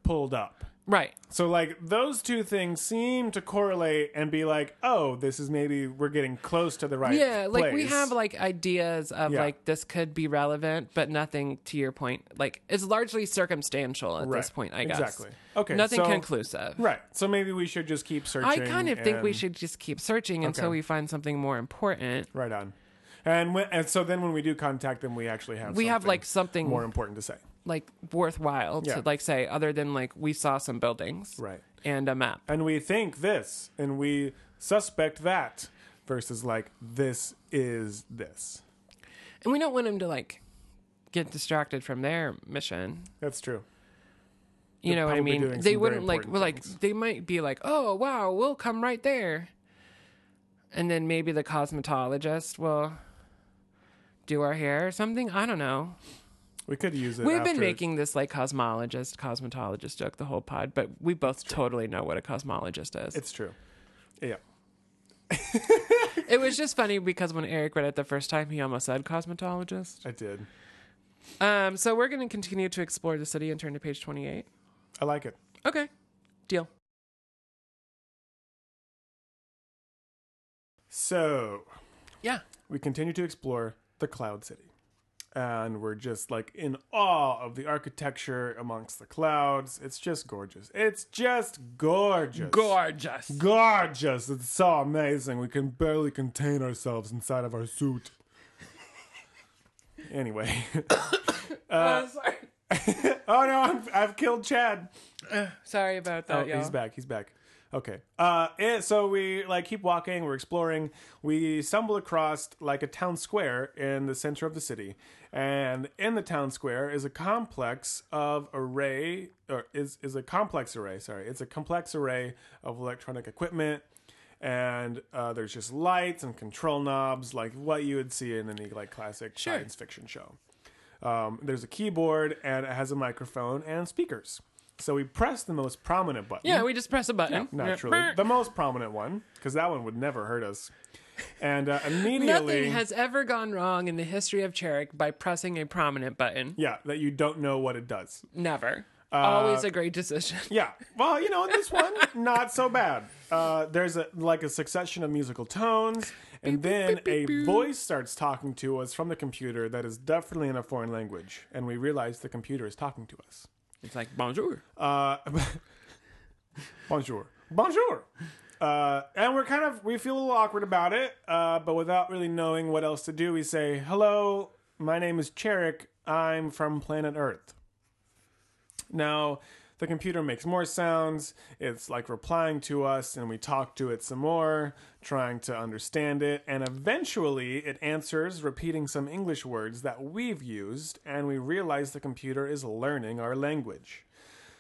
Speaker 2: pulled up.
Speaker 1: right
Speaker 2: So like those two things seem to correlate and be like, oh, this is maybe we're getting close to the right.
Speaker 1: yeah like we
Speaker 2: place.
Speaker 1: have like ideas of
Speaker 2: Yeah.
Speaker 1: like this could be relevant but nothing to your point like it's largely circumstantial at this
Speaker 2: Right.
Speaker 1: point i guess
Speaker 2: Exactly. Okay.
Speaker 1: nothing
Speaker 2: so-
Speaker 1: conclusive
Speaker 2: Right. So maybe we should just keep searching.
Speaker 1: i kind of think we
Speaker 2: and-
Speaker 1: should just keep searching until
Speaker 2: Okay.
Speaker 1: we find something more important
Speaker 2: Right on. And when, and so then when we do contact them, we actually have
Speaker 1: We have, like, something-
Speaker 2: more important to say.
Speaker 1: like worthwhile
Speaker 2: Yeah.
Speaker 1: to like say other than like we saw some buildings
Speaker 2: Right.
Speaker 1: and a map
Speaker 2: and we think this and we suspect that versus like this is this
Speaker 1: And we don't want him to like get distracted from their mission.
Speaker 2: that's true
Speaker 1: You
Speaker 2: They're
Speaker 1: know what I
Speaker 2: probably
Speaker 1: mean?
Speaker 2: doing
Speaker 1: They
Speaker 2: some very
Speaker 1: wouldn't like
Speaker 2: important
Speaker 1: well, like
Speaker 2: things.
Speaker 1: they might be like, "Oh, wow, we'll come right there." And then maybe the cosmetologist will do our hair or something. I don't know.
Speaker 2: we could use it
Speaker 1: We've been
Speaker 2: after-
Speaker 1: making this like cosmologist, cosmetologist joke the whole pod, but we both totally know what a cosmologist is.
Speaker 2: it's true yeah
Speaker 1: It was just funny because when Eric read it the first time, he almost said cosmetologist.
Speaker 2: i did
Speaker 1: Um, so we're going to continue to explore the city and turn to page 28.
Speaker 2: i like it
Speaker 1: Okay. Deal.
Speaker 2: so
Speaker 1: Yeah.
Speaker 2: we continue to explore the cloud city and we're just like in awe of the architecture amongst the clouds. It's just gorgeous. It's just gorgeous.
Speaker 1: Gorgeous.
Speaker 2: gorgeous. It's so amazing. We can barely contain ourselves inside of our suit. (laughs) anyway. (laughs)
Speaker 1: Oh, sorry.
Speaker 2: oh no, I'm, I've killed Chad.
Speaker 1: Sorry about that,
Speaker 2: Oh,
Speaker 1: y'all.
Speaker 2: he's back. He's back. Okay. Uh, eh, so we like keep walking. We're exploring. We stumble across like a town square in the center of the city, and in the town square is a complex of array, or is is a complex array. Sorry, it's a complex array of electronic equipment, and uh, there's just lights and control knobs, like what you would see in any like classic science fiction show. Um, there's a keyboard and it has a microphone and speakers. So we press the most prominent button
Speaker 1: Yeah, we just press a button.
Speaker 2: naturally
Speaker 1: Yeah.
Speaker 2: the most prominent one because that one would never hurt us
Speaker 1: (laughs)
Speaker 2: and uh, immediately
Speaker 1: Nothing has ever gone wrong in the history of Cherik by pressing a prominent button.
Speaker 2: yeah Uh, that you don't know what it does
Speaker 1: Never. Always a great decision. (laughs)
Speaker 2: yeah well you know in this one not so bad uh, there's a like a succession of musical tones and then a voice starts talking to us from the computer that is definitely in a foreign language and we realize the computer is talking to us
Speaker 1: It's like bonjour.
Speaker 2: Uh, (laughs) bonjour. Bonjour. Uh, and we're kind of, we feel a little awkward about it, uh, but without really knowing what else to do, we say, hello, my name is Cherik. I'm from planet Earth. Now, the computer makes more sounds. It's like replying to us, and we talk to it some more, trying to understand it. And eventually, it answers, repeating some English words that we've used, and we realize the computer is learning our language.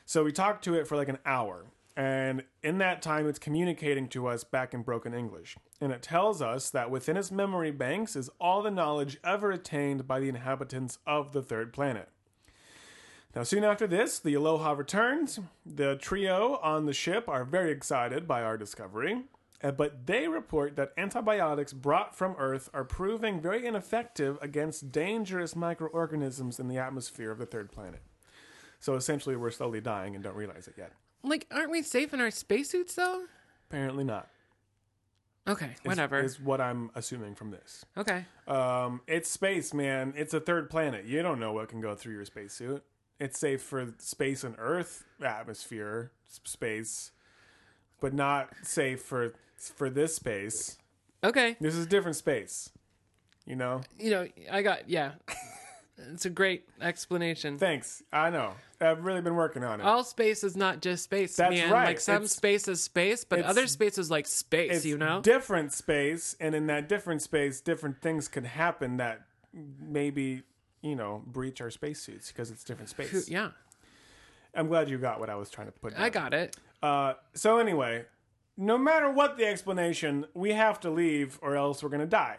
Speaker 2: So we talked to it for like an hour. And in that time, it's communicating to us back in broken English. And it tells us that within its memory banks is all the knowledge ever attained by the inhabitants of the third planet. Now, soon after this, the Aloha returns. The trio on the ship are very excited by our discovery, uh, but they report that antibiotics brought from Earth are proving very ineffective against dangerous microorganisms in the atmosphere of the third planet. So essentially, we're slowly dying and don't realize it yet.
Speaker 1: Like, aren't we safe in our spacesuits though?
Speaker 2: Apparently not.
Speaker 1: Okay,
Speaker 2: is-
Speaker 1: whatever.
Speaker 2: Is what I'm assuming from this.
Speaker 1: okay.
Speaker 2: Um, it's space, man. It's a third planet. You don't know what can go through your spacesuit. It's safe for space and Earth atmosphere, s- space, but not safe for for this space.
Speaker 1: Okay.
Speaker 2: This is different space. You know.
Speaker 1: You know, I got
Speaker 2: (laughs)
Speaker 1: yeah. it's a great explanation.
Speaker 2: Thanks. I know. I've really been working on it.
Speaker 1: All space is not just space,
Speaker 2: That's
Speaker 1: man.
Speaker 2: right.
Speaker 1: Like some
Speaker 2: It's-
Speaker 1: space is space, but
Speaker 2: it's-
Speaker 1: other space is like space,
Speaker 2: it's
Speaker 1: you know?
Speaker 2: different space and in that different space different things can happen that maybe you know breach our spacesuits because it's different space
Speaker 1: yeah.
Speaker 2: i'm glad you got what i was trying to put down.
Speaker 1: I got it.
Speaker 2: uh, so anyway no matter what the explanation we have to leave or else we're gonna die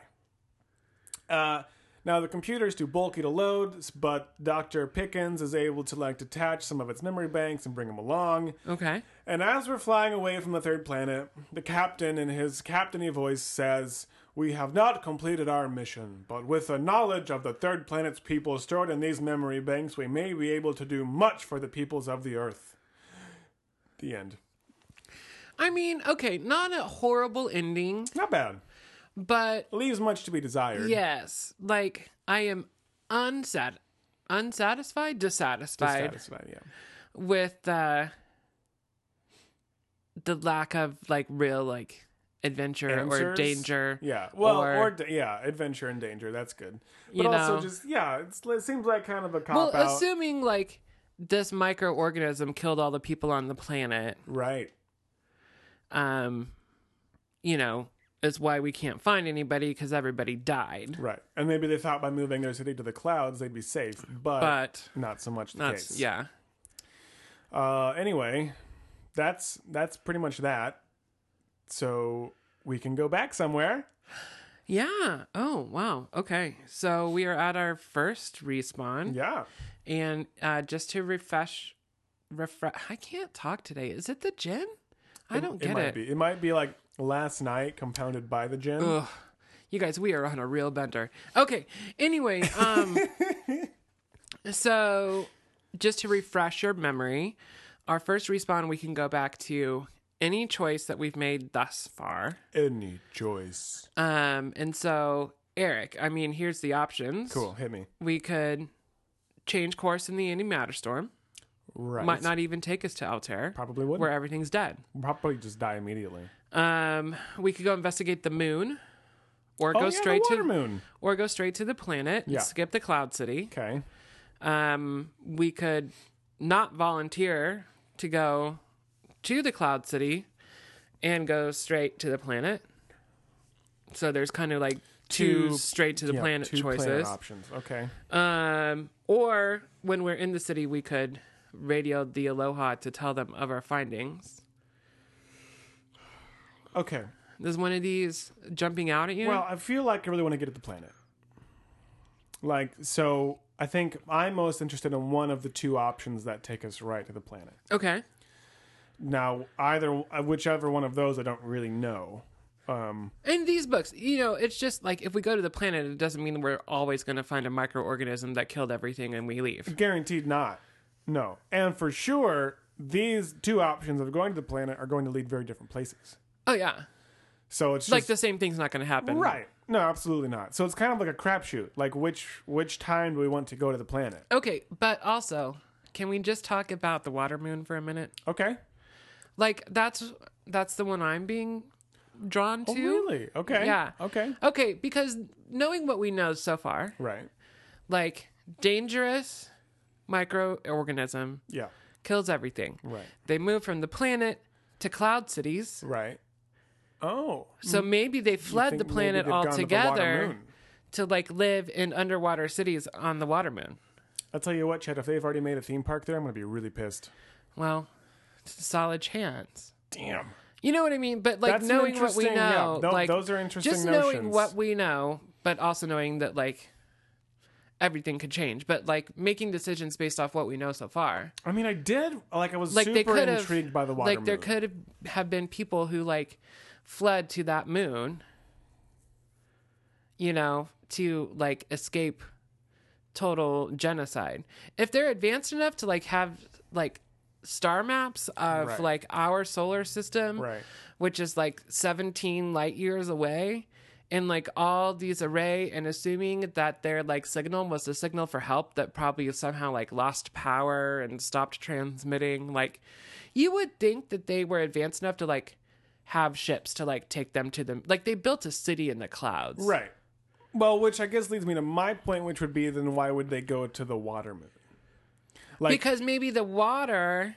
Speaker 2: uh, now the computer's too bulky to load but dr pickens is able to like detach some of its memory banks and bring them along
Speaker 1: Okay.
Speaker 2: and as we're flying away from the third planet, the captain in his captainy voice says, We have not completed our mission, but with the knowledge of the third planet's people stored in these memory banks, we may be able to do much for the peoples of the Earth. The end.
Speaker 1: I mean, okay, not a horrible ending,
Speaker 2: Not bad.
Speaker 1: but
Speaker 2: Leaves much to be desired.
Speaker 1: yes, like I am unsat unsatisfied, dissatisfied
Speaker 2: Satisfied, yeah.
Speaker 1: with uh the lack of like real like adventure or
Speaker 2: Answers?
Speaker 1: danger.
Speaker 2: Yeah. Well,
Speaker 1: or-
Speaker 2: or, da- yeah, adventure and danger. That's good. But
Speaker 1: You
Speaker 2: also
Speaker 1: know.
Speaker 2: just, yeah, it's, it seems like kind of a
Speaker 1: Well,
Speaker 2: cop out.
Speaker 1: assuming like this microorganism killed all the people on the planet,
Speaker 2: right.
Speaker 1: um, you know, is why we can't find anybody because everybody died.
Speaker 2: Right. And maybe they thought by moving their city to the clouds, they'd be safe, but,
Speaker 1: But
Speaker 2: not so much the
Speaker 1: that's
Speaker 2: case.
Speaker 1: yeah.
Speaker 2: Uh, anyway, that's that's pretty much that. So we can go back somewhere.
Speaker 1: Yeah. Oh, wow. Okay. So we are at our first respawn.
Speaker 2: Yeah.
Speaker 1: And uh, just to refresh, refresh, I can't talk today. Is it the gin? I don't
Speaker 2: it
Speaker 1: get
Speaker 2: might
Speaker 1: it.
Speaker 2: be. It might be like last night compounded by the gin.
Speaker 1: Ugh. You guys, we are on a real bender. Okay. Anyway,
Speaker 2: (laughs)
Speaker 1: um so just to refresh your memory, our first respawn we can go back to any choice that we've made thus far.
Speaker 2: Any choice.
Speaker 1: Um and so Eric, I mean, here's the options.
Speaker 2: Cool. Hit me.
Speaker 1: We could change course in the Andy Matter Storm.
Speaker 2: Right.
Speaker 1: Might not even take us to Altair,
Speaker 2: Probably wouldn't.
Speaker 1: where everything's dead.
Speaker 2: Probably just die immediately.
Speaker 1: Um, we could go investigate the moon, or
Speaker 2: Oh,
Speaker 1: go
Speaker 2: yeah,
Speaker 1: straight
Speaker 2: the water
Speaker 1: to
Speaker 2: moon.
Speaker 1: or go straight to the planet. and
Speaker 2: Yeah.
Speaker 1: Skip the cloud city.
Speaker 2: Okay.
Speaker 1: Um, we could not volunteer to go to the cloud city and go straight to the planet. So there's kind of like two,
Speaker 2: Two-
Speaker 1: straight to the
Speaker 2: Yeah,
Speaker 1: planet
Speaker 2: two planet
Speaker 1: choices.
Speaker 2: options. Okay.
Speaker 1: Um, or when we're in the city, we could radio the Aloha to tell them of our findings.
Speaker 2: Okay.
Speaker 1: There's one of these jumping out at you.
Speaker 2: Well, I feel like I really want to get at the planet. Like, so I think I'm most interested in one of the two options that take us right to the planet.
Speaker 1: okay.
Speaker 2: Now, either uh, whichever one of those, I don't really know. Um,
Speaker 1: In these books, you know, it's just like if we go to the planet, it doesn't mean we're always going to find a microorganism that killed everything and we leave.
Speaker 2: guaranteed not. No, and for sure, these two options of going to the planet are going to lead very different places.
Speaker 1: Oh yeah,
Speaker 2: So it's just,
Speaker 1: like the same thing's not going to happen.
Speaker 2: right. No, absolutely not. So it's kind of like a crapshoot. Like which which time do we want to go to the planet?
Speaker 1: Okay, but also, can we just talk about the water moon for a minute?
Speaker 2: Okay.
Speaker 1: Like that's that's the one I'm being drawn to.
Speaker 2: Oh, really? Okay.
Speaker 1: Yeah.
Speaker 2: Okay.
Speaker 1: Okay, because knowing what we know so far,
Speaker 2: Right.
Speaker 1: like dangerous microorganism
Speaker 2: Yeah.
Speaker 1: kills everything.
Speaker 2: Right.
Speaker 1: They move from the planet to cloud cities.
Speaker 2: Right. Oh.
Speaker 1: So maybe they fled
Speaker 2: Think
Speaker 1: the
Speaker 2: maybe
Speaker 1: planet
Speaker 2: they've gone to the water
Speaker 1: altogether
Speaker 2: moon.
Speaker 1: to, like live in underwater cities on the water moon.
Speaker 2: I'll tell you what, Chad. If they've already made a theme park there, I'm gonna be really pissed.
Speaker 1: Well, it's a solid chance.
Speaker 2: Damn.
Speaker 1: You know what I mean? But like
Speaker 2: That's an
Speaker 1: knowing what we know,
Speaker 2: interesting- yeah, tho-
Speaker 1: like
Speaker 2: those are interesting
Speaker 1: Just knowing
Speaker 2: notions.
Speaker 1: what we know, but also knowing that like everything could change. But like making decisions based off what we know so far.
Speaker 2: I mean, I did. Like, I was
Speaker 1: like they
Speaker 2: super
Speaker 1: could have
Speaker 2: intrigued by the water
Speaker 1: like there
Speaker 2: moon.
Speaker 1: could have have been people who like fled to that moon you know to like escape total genocide if they're advanced enough to like have like star maps of
Speaker 2: Right.
Speaker 1: like our solar system
Speaker 2: Right.
Speaker 1: which is like 17 light years away and like all these array and assuming that their like signal was a signal for help that probably somehow like lost power and stopped transmitting like you would think that they were advanced enough to like have ships to like take them to them like they built a city in the clouds
Speaker 2: Right. Well, which I guess leads me to my point, which would be then why would they go to the water moon? Like,
Speaker 1: because maybe the water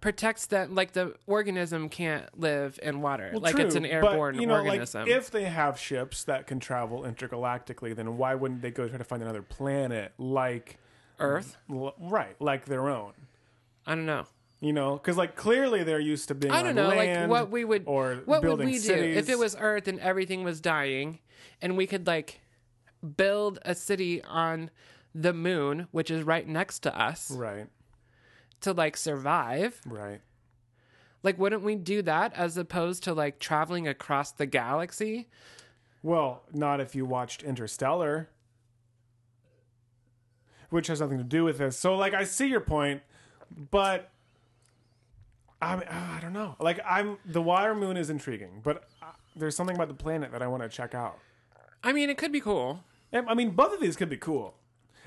Speaker 1: protects them like the organism can't live in water like it's
Speaker 2: True,
Speaker 1: an
Speaker 2: but,
Speaker 1: airborne
Speaker 2: you know, like,
Speaker 1: organism
Speaker 2: if they have ships that can travel intergalactically, then why wouldn't they go try to find another planet like,
Speaker 1: earth
Speaker 2: l- right, like their own?
Speaker 1: i don't know
Speaker 2: You know, because like clearly they're used to being.
Speaker 1: I don't
Speaker 2: on
Speaker 1: know, like
Speaker 2: land
Speaker 1: what we would
Speaker 2: or
Speaker 1: what would
Speaker 2: building
Speaker 1: we
Speaker 2: cities.
Speaker 1: do if it was Earth and everything was dying, and we could like build a city on the moon, which is right next to us,
Speaker 2: right,
Speaker 1: to like survive.
Speaker 2: right.
Speaker 1: Like, wouldn't we do that as opposed to like traveling across the galaxy?
Speaker 2: Well, not if you watched Interstellar, which has nothing to do with this. So, like, I see your point, but I mean, ah, I don't know. Like, I'm the water moon is intriguing, but uh, there's something about the planet that I want to check out.
Speaker 1: I mean, it could be cool.
Speaker 2: And, I mean, both of these could be cool,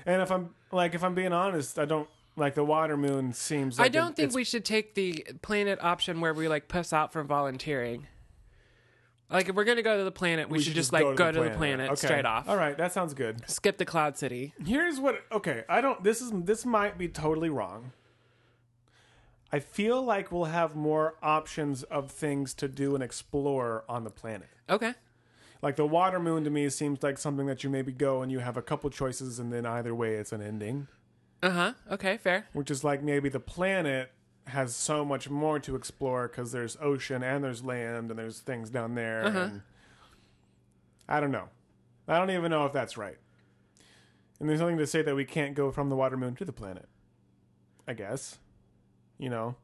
Speaker 2: and if I'm like, if I'm being honest, I don't like the water moon. Seems like
Speaker 1: I don't
Speaker 2: it-
Speaker 1: think
Speaker 2: it's-
Speaker 1: we should take the planet option where we like puss out from volunteering. Like, if we're gonna go to the planet, we, should, just, like go to, the, planet,
Speaker 2: Okay.
Speaker 1: straight off.
Speaker 2: All right, that sounds good.
Speaker 1: Skip the cloud city.
Speaker 2: Here's what okay, I don't this is this might be totally wrong. I feel like we'll have more options of things to do and explore on the planet.
Speaker 1: Okay.
Speaker 2: Like the water moon to me seems like something that you maybe go and you have a couple choices and then either way it's an ending,
Speaker 1: Uh huh. Okay. Fair.
Speaker 2: which is like maybe the planet has so much more to explore cuz there's ocean and there's land and there's things down there
Speaker 1: Uh-huh.
Speaker 2: and I don't know. I don't even know if that's right. And there's nothing to say that we can't go from the water moon to the planet. I guess. You know?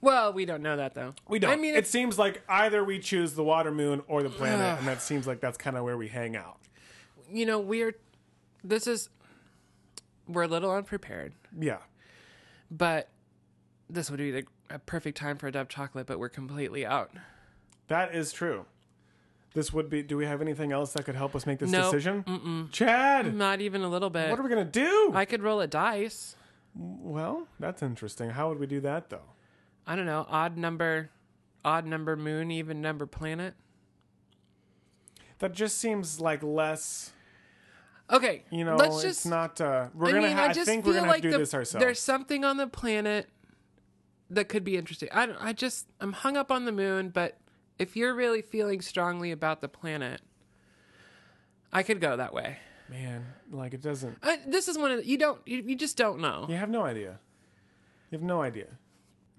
Speaker 1: Well, we don't know that though.
Speaker 2: We don't.
Speaker 1: I mean,
Speaker 2: it
Speaker 1: it's,
Speaker 2: seems like either we choose the water moon or the planet, and that seems like that's kind of where we hang out.
Speaker 1: you know, we're this is we're a little unprepared,
Speaker 2: Yeah.
Speaker 1: but this would be the, a perfect time for a Dove chocolate, but we're completely out.
Speaker 2: That is true. This would be. Do we have anything else that could help us make this
Speaker 1: No.
Speaker 2: decision? Chad,
Speaker 1: Not even a little bit.
Speaker 2: what are we gonna do?
Speaker 1: I could roll a dice.
Speaker 2: well, that's interesting. How would we do that though?
Speaker 1: I don't know. Odd number, odd number moon, even number planet.
Speaker 2: That just seems like less.
Speaker 1: Okay,
Speaker 2: You know,
Speaker 1: let's
Speaker 2: it's
Speaker 1: just.
Speaker 2: not. Uh, we're
Speaker 1: I
Speaker 2: gonna.
Speaker 1: mean,
Speaker 2: ha-
Speaker 1: I just
Speaker 2: think
Speaker 1: feel
Speaker 2: we're gonna
Speaker 1: like
Speaker 2: have to do
Speaker 1: the-
Speaker 2: this ourselves.
Speaker 1: there's something on the planet that could be interesting. I don't, I just I'm hung up on the moon, but if you're really feeling strongly about the planet, I could go that way.
Speaker 2: Man, like it doesn't.
Speaker 1: I, this is one of the, you don't you, you just don't know.
Speaker 2: You have no idea. You have no idea.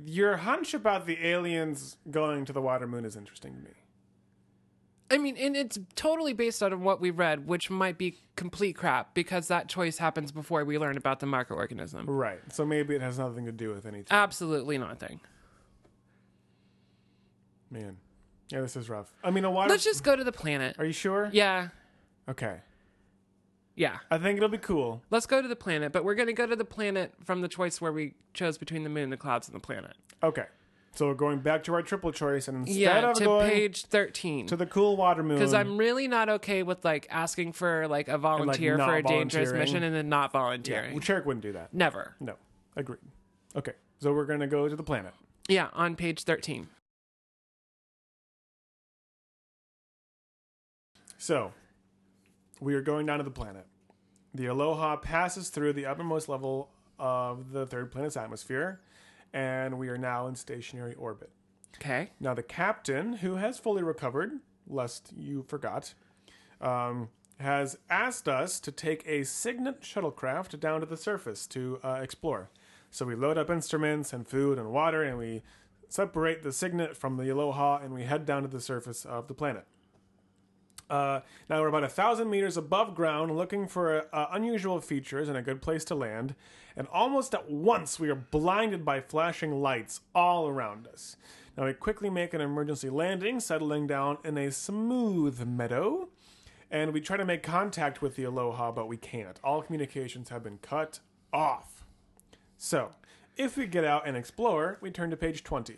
Speaker 2: Your hunch about the aliens going to the water moon is interesting to me.
Speaker 1: I mean, and it's totally based on what we read, which might be complete crap because that choice happens before we learn about the microorganism.
Speaker 2: Right. So maybe it has nothing to do with anything.
Speaker 1: Uh, Absolutely nothing.
Speaker 2: Man. Yeah, this is rough. I mean, a water.
Speaker 1: Let's just go to the planet.
Speaker 2: Are you sure?
Speaker 1: Yeah.
Speaker 2: Okay.
Speaker 1: Yeah.
Speaker 2: I think it'll be cool.
Speaker 1: Let's go to the planet, but we're going to go to the planet from the choice where we chose between the moon, the clouds, and the planet.
Speaker 2: Okay. So we're going back to our triple choice, and instead
Speaker 1: Yeah,
Speaker 2: of
Speaker 1: to
Speaker 2: going
Speaker 1: page 13.
Speaker 2: to the cool water moon,
Speaker 1: Because I'm really not okay with like asking for like a volunteer
Speaker 2: not
Speaker 1: for a dangerous
Speaker 2: volunteering.
Speaker 1: mission and then not
Speaker 2: yeah,
Speaker 1: volunteering.
Speaker 2: well, Cherrick wouldn't do that.
Speaker 1: Never.
Speaker 2: No, agreed. Okay, so we're gonna go to the planet.
Speaker 1: Yeah, on page 13.
Speaker 2: So we are going down to the planet. The Aloha passes through the uppermost level of the third planet's atmosphere, and we are now in stationary orbit.
Speaker 1: Okay.
Speaker 2: Now, the captain, who has fully recovered, lest you forgot, um, has asked us to take a Signet shuttlecraft down to the surface to uh, explore. So we load up instruments and food and water, and we separate the Signet from the Aloha, and we head down to the surface of the planet. Uh, now we're about a thousand meters above ground, looking for uh, unusual features and a good place to land. And almost at once, we are blinded by flashing lights all around us. Now we quickly make an emergency landing, settling down in a smooth meadow. And we try to make contact with the Aloha, but we can't. All communications have been cut off. So, if we get out and explore, we turn to page 20.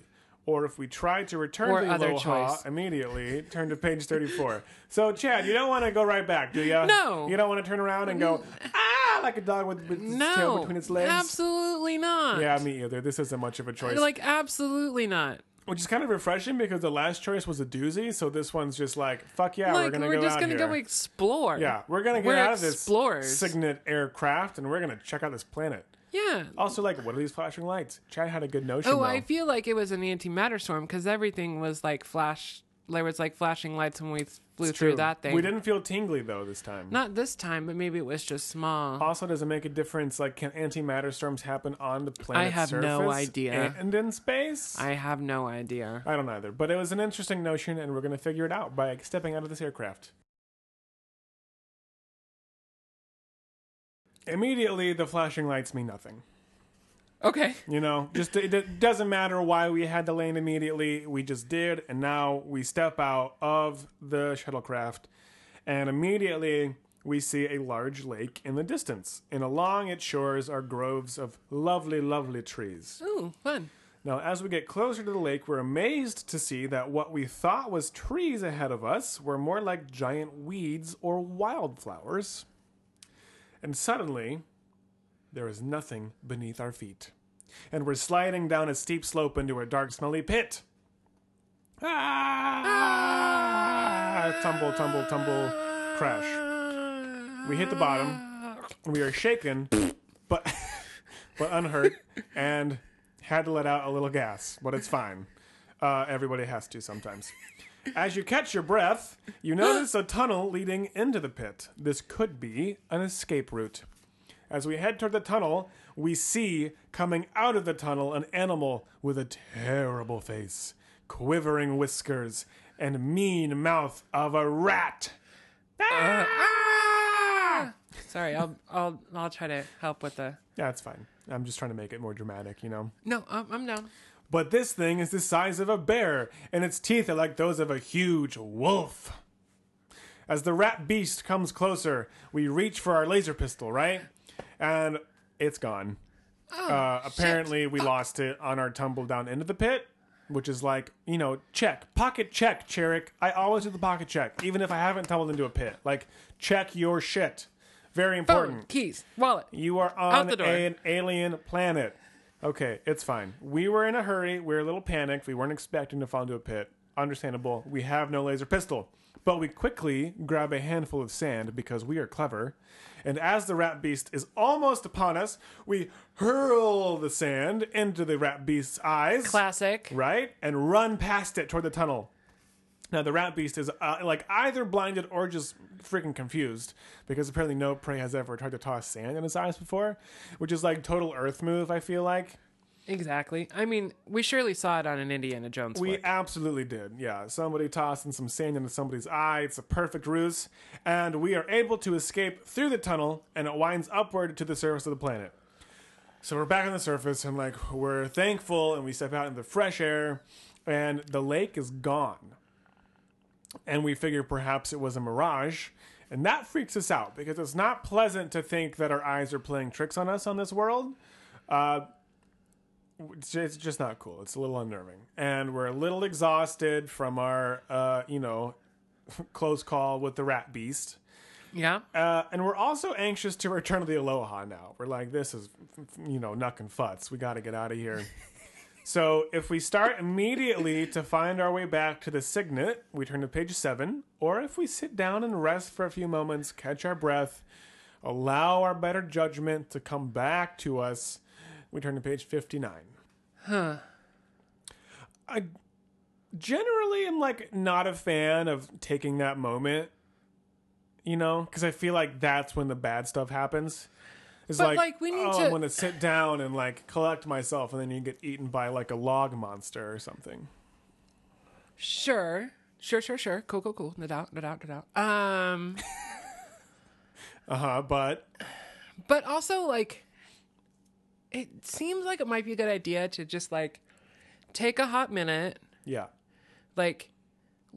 Speaker 2: Or if we try to return
Speaker 1: Or
Speaker 2: to the
Speaker 1: other
Speaker 2: Aloha,
Speaker 1: choice.
Speaker 2: immediately turn to page 34 so chad you don't want to go right back do you
Speaker 1: No.
Speaker 2: you don't want to turn around and go ah like a dog with, with its tail
Speaker 1: No.
Speaker 2: between its legs
Speaker 1: Absolutely not.
Speaker 2: yeah me either this isn't much of a choice
Speaker 1: Like, absolutely not.
Speaker 2: which is kind of refreshing because the last choice was a doozy so this one's just like fuck yeah
Speaker 1: like,
Speaker 2: we're gonna go
Speaker 1: just
Speaker 2: out
Speaker 1: gonna
Speaker 2: here
Speaker 1: go explore.
Speaker 2: yeah we're gonna get
Speaker 1: we're
Speaker 2: out of this
Speaker 1: explorers.
Speaker 2: signet aircraft and we're gonna check out this planet
Speaker 1: Yeah.
Speaker 2: also like what are these flashing lights chad had a good notion
Speaker 1: Oh,
Speaker 2: though.
Speaker 1: I feel like it was an antimatter storm because everything was like flash. There was like flashing lights when we flew
Speaker 2: It's
Speaker 1: through
Speaker 2: true.
Speaker 1: that thing.
Speaker 2: we didn't feel tingly though this time
Speaker 1: Not this time, but maybe it was just small.
Speaker 2: Also, does it make a difference? Like, can antimatter storms happen on the planet's
Speaker 1: have
Speaker 2: surface?
Speaker 1: no idea.
Speaker 2: And in space? I,
Speaker 1: I have no idea.
Speaker 2: don't either. But it was an interesting notion, and we're going to figure it out by stepping out of this aircraft. Immediately, the flashing lights mean nothing.
Speaker 1: Okay.
Speaker 2: You know, just it, it doesn't matter why we had to land immediately. We just did, and now we step out of the shuttlecraft, and immediately we see a large lake in the distance. And along its shores are groves of lovely, lovely trees.
Speaker 1: Ooh, fun.
Speaker 2: Now, as we get closer to the lake, we're amazed to see that what we thought was trees ahead of us were more like giant weeds or wildflowers. And suddenly, there is nothing beneath our feet. And we're sliding down a steep slope into a dark, smelly pit. Ah! Tumble, tumble, tumble, crash.
Speaker 1: Uh,
Speaker 2: We hit the bottom. We are shaken, but (laughs) but unhurt, and had to let out a little gas. But it's fine. Uh, everybody has to sometimes. As you catch your breath, you notice a tunnel leading into the pit. This could be an escape route. As we head toward the tunnel, we see coming out of the tunnel an animal with a terrible face, quivering whiskers, and mean mouth of a rat. Ah!
Speaker 1: Sorry, I'll I'll I'll try to help with the.
Speaker 2: Yeah, it's fine. I'm just trying to make it more dramatic, you know?
Speaker 1: No, I'm, I'm down.
Speaker 2: But this thing is the size of a bear, and its teeth are like those of a huge wolf. As the rat beast comes closer, we reach for our laser pistol, right? And it's gone. uh, apparently, we lost it on our tumble down into the pit, which is like you know check pocket check Cherik. I always do the pocket check, even if I haven't tumbled into a pit. Like check your shit, very important.
Speaker 1: Phone, Oh, keys, wallet.
Speaker 2: You are on
Speaker 1: the door.
Speaker 2: a- an alien planet. Okay, it's fine. We were in a hurry. We were a little panicked. We weren't expecting to fall into a pit. Understandable. We have no laser pistol. But we quickly grab a handful of sand because we are clever. And as the rat beast is almost upon us, we hurl the sand into the rat beast's eyes.
Speaker 1: Classic.
Speaker 2: Right? And run past it toward the tunnel. Now, the rat beast is uh, like either blinded or just freaking confused because apparently no prey has ever tried to toss sand in his eyes before, which is like total earth move, I feel like.
Speaker 1: Exactly. I mean, we surely saw it on an Indiana Jones.
Speaker 2: We
Speaker 1: flick.
Speaker 2: absolutely did. Yeah, somebody tossing some sand into somebody's eye. It's a perfect ruse. And we are able to escape through the tunnel and it winds upward to the surface of the planet. So we're back on the surface and like we're thankful and we step out into the fresh air and the lake is gone. And we figure perhaps it was a mirage. And that freaks us out because it's not pleasant to think that our eyes are playing tricks on us on this world it's ju- it's just not cool. It's a little unnerving, and we're a little exhausted from our, uh, you know, (laughs) close call with the rat beast.
Speaker 1: yeah.
Speaker 2: Uh, and we're also anxious to return to the Aloha. Now we're like, this is, you know, nuck and futz. We got to get out of here. so if we start immediately to find our way back to the signet, we turn to page seven, or if we sit down and rest for a few moments, catch our breath, allow our better judgment to come back to us, we turn to page fifty-nine. I generally am like not a fan of taking that moment, you know, because I feel like that's when the bad stuff happens. It's
Speaker 1: But, like, we need
Speaker 2: oh,
Speaker 1: to-
Speaker 2: I'm gonna sit down and like collect myself, and then you get eaten by like a log monster or something.
Speaker 1: Sure. Sure. Sure. Sure. Cool. Cool. Cool. No doubt. No doubt. No doubt. Um.
Speaker 2: Uh huh. But
Speaker 1: but also like it seems like it might be a good idea to just like take a hot minute
Speaker 2: yeah,
Speaker 1: like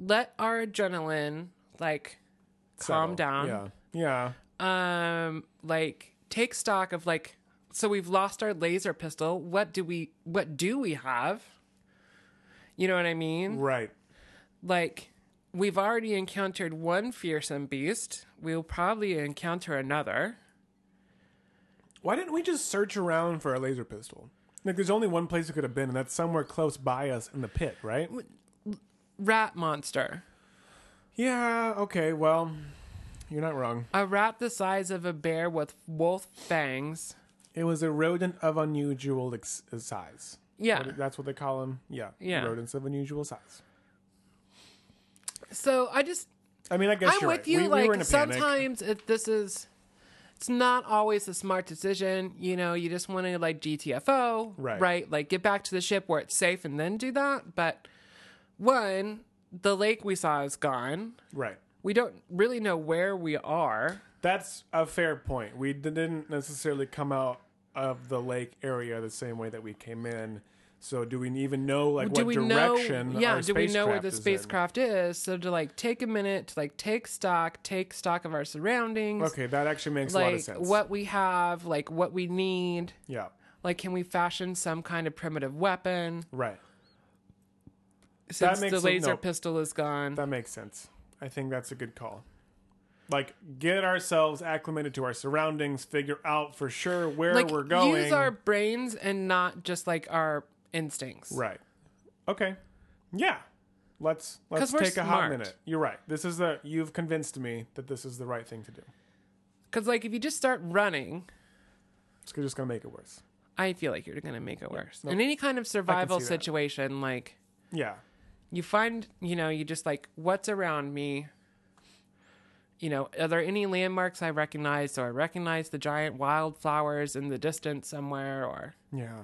Speaker 1: let our adrenaline like calm
Speaker 2: So,
Speaker 1: down
Speaker 2: Yeah, yeah.
Speaker 1: um like take stock of like so we've lost our laser pistol what do we what do we have you know what i mean
Speaker 2: Right.
Speaker 1: like we've already encountered one fearsome beast we'll probably encounter another
Speaker 2: Why didn't we just search around for a laser pistol? Like, there's only one place it could have been, and that's somewhere close by us in the pit, right?
Speaker 1: rat monster
Speaker 2: Yeah. Okay. Well, you're not wrong.
Speaker 1: A rat the size of a bear with wolf fangs.
Speaker 2: It was a rodent of unusual ex- uh, size.
Speaker 1: Yeah.
Speaker 2: What- that's what they call them. Yeah,
Speaker 1: Yeah.
Speaker 2: rodents of unusual size.
Speaker 1: So I just,
Speaker 2: I mean, I guess
Speaker 1: I'm
Speaker 2: you're
Speaker 1: with
Speaker 2: right.
Speaker 1: you.
Speaker 2: We- we
Speaker 1: like
Speaker 2: were in a panic.
Speaker 1: sometimes it, this is, it's not always a smart decision. You know, you just want to like GTFO,
Speaker 2: Right.
Speaker 1: Right. Like get back to the ship where it's safe and then do that. But one, the lake we saw is gone.
Speaker 2: right?
Speaker 1: We don't really know where we are.
Speaker 2: That's a fair point. We d- didn't necessarily come out of the lake area the same way that we came in. So, do we even know like
Speaker 1: do
Speaker 2: what
Speaker 1: we
Speaker 2: direction?
Speaker 1: know? Yeah.
Speaker 2: our
Speaker 1: do we know where
Speaker 2: spacecraft
Speaker 1: the
Speaker 2: is in?
Speaker 1: spacecraft is? So to like take a minute to like take stock, take stock of our surroundings.
Speaker 2: Okay, that actually makes a lot of
Speaker 1: like
Speaker 2: sense.
Speaker 1: what we have, like what we need.
Speaker 2: Yeah.
Speaker 1: Like, can we fashion some kind of primitive weapon
Speaker 2: Right.
Speaker 1: since
Speaker 2: makes
Speaker 1: the
Speaker 2: sense.
Speaker 1: laser
Speaker 2: No.
Speaker 1: pistol is gone?
Speaker 2: That makes sense. I think that's a good call. Like, get ourselves acclimated to our surroundings. Figure out for sure where
Speaker 1: like,
Speaker 2: we're going.
Speaker 1: use our brains and not just like our instincts.
Speaker 2: Right. Okay. Yeah. Let's let's
Speaker 1: 'Cause we're
Speaker 2: take a hot
Speaker 1: smart.
Speaker 2: minute. You're right. This is the you've convinced me that this is the right thing to do.
Speaker 1: Because like, if you just start running,
Speaker 2: It's just gonna make it worse.
Speaker 1: I feel like you're gonna make it worse. In any kind of survival
Speaker 2: that.
Speaker 1: situation, like
Speaker 2: Yeah.
Speaker 1: you find, you know, you just like what's around me. You know, are there any landmarks I recognize? So I recognize the giant wildflowers in the distance somewhere, or
Speaker 2: Yeah.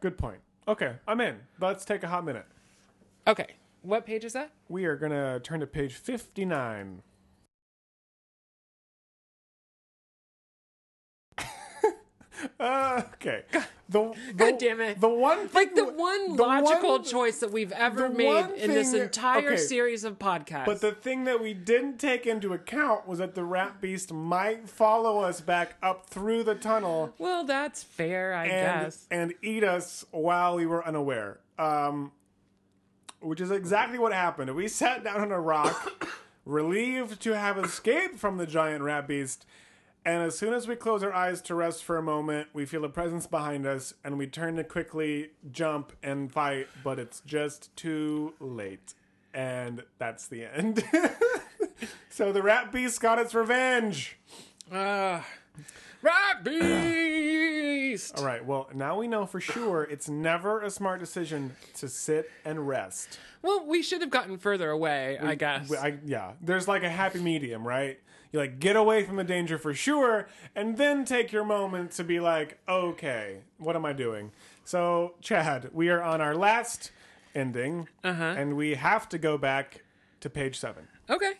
Speaker 2: Good point. Okay, I'm in. Let's take a hot minute.
Speaker 1: okay, what page is that?
Speaker 2: We are gonna turn to page fifty nine. (laughs) okay. The, the
Speaker 1: God damn it.
Speaker 2: The one thing,
Speaker 1: Like the one
Speaker 2: the
Speaker 1: logical
Speaker 2: one-
Speaker 1: choice that we've ever
Speaker 2: the
Speaker 1: made
Speaker 2: one
Speaker 1: in this
Speaker 2: thing-
Speaker 1: entire
Speaker 2: okay.
Speaker 1: series of podcasts.
Speaker 2: But the thing that we didn't take into account was that the rat beast might follow us back up through the tunnel
Speaker 1: well, that's fair, I
Speaker 2: and
Speaker 1: guess.
Speaker 2: and eat us while we were unaware. Um, which is exactly what happened. We sat down on a rock, (coughs) relieved to have escaped from the giant rat beast. And as soon as we close our eyes to rest for a moment, we feel a presence behind us, and we turn to quickly jump and fight, but it's just too late. And that's the end. (laughs) so the rat beast got its revenge.
Speaker 1: Ah,
Speaker 2: (clears throat)
Speaker 1: rat beast.
Speaker 2: uh, All right. Well, now we know for sure it's never a smart decision to sit and rest.
Speaker 1: Well, we should have gotten further away, I guess.
Speaker 2: We- I, yeah. There's like a happy medium, right? You like get away from the danger for sure, and then take your moment to be like, okay, what am I doing? So, Chad, we are on our last ending,
Speaker 1: Uh-huh.
Speaker 2: and we have to go back to page seven.
Speaker 1: okay.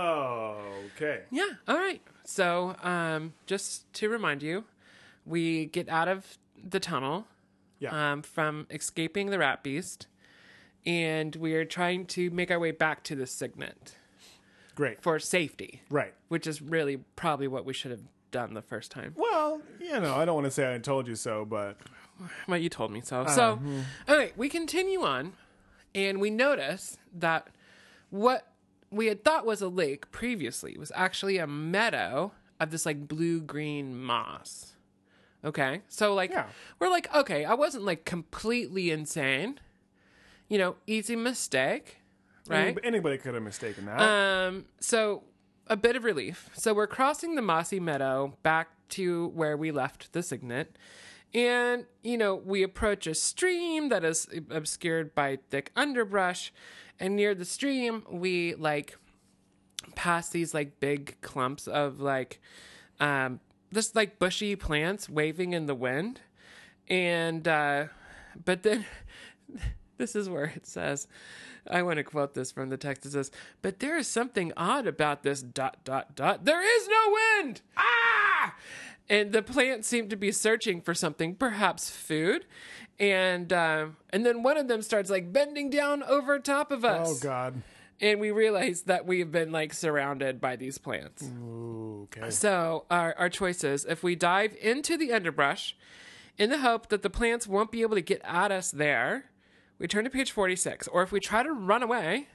Speaker 2: Okay.
Speaker 1: Yeah. All right. So, um, just to remind you, we get out of the tunnel
Speaker 2: Yeah.
Speaker 1: um, from escaping the rat beast, and we are trying to make our way back to the signet
Speaker 2: Great.
Speaker 1: for safety,
Speaker 2: Right.
Speaker 1: which is really probably what we should have done the first time. (laughs)
Speaker 2: Well, you know, I don't want to say I told you so, but
Speaker 1: Well, you told me so. So, all right, we continue on, and we notice that what we had thought was a lake previously was actually a meadow of this like blue green moss. Okay, so like
Speaker 2: Yeah.
Speaker 1: we're like, okay, I wasn't like completely insane. You know, easy mistake, right?
Speaker 2: anybody could have mistaken that.
Speaker 1: Um, so a bit of relief. So we're crossing the mossy meadow back to where we left the signet. And, you know, we approach a stream that is obscured by thick underbrush. And near the stream, we like pass these like big clumps of like, um, just like bushy plants waving in the wind. And, uh, but then (laughs) this is where it says, I want to quote this from the text. It says, But there is something odd about this dot, dot, dot. There is no wind! Ah! And the plants seem to be searching for something, perhaps food. And um, and then one of them starts like bending down over top of us.
Speaker 2: oh God.
Speaker 1: And we realize that we've been like surrounded by these plants.
Speaker 2: Mm. Okay.
Speaker 1: So our, our choices, if we dive into the underbrush in the hope that the plants won't be able to get at us there, we turn to page 46. Or if we try to run away,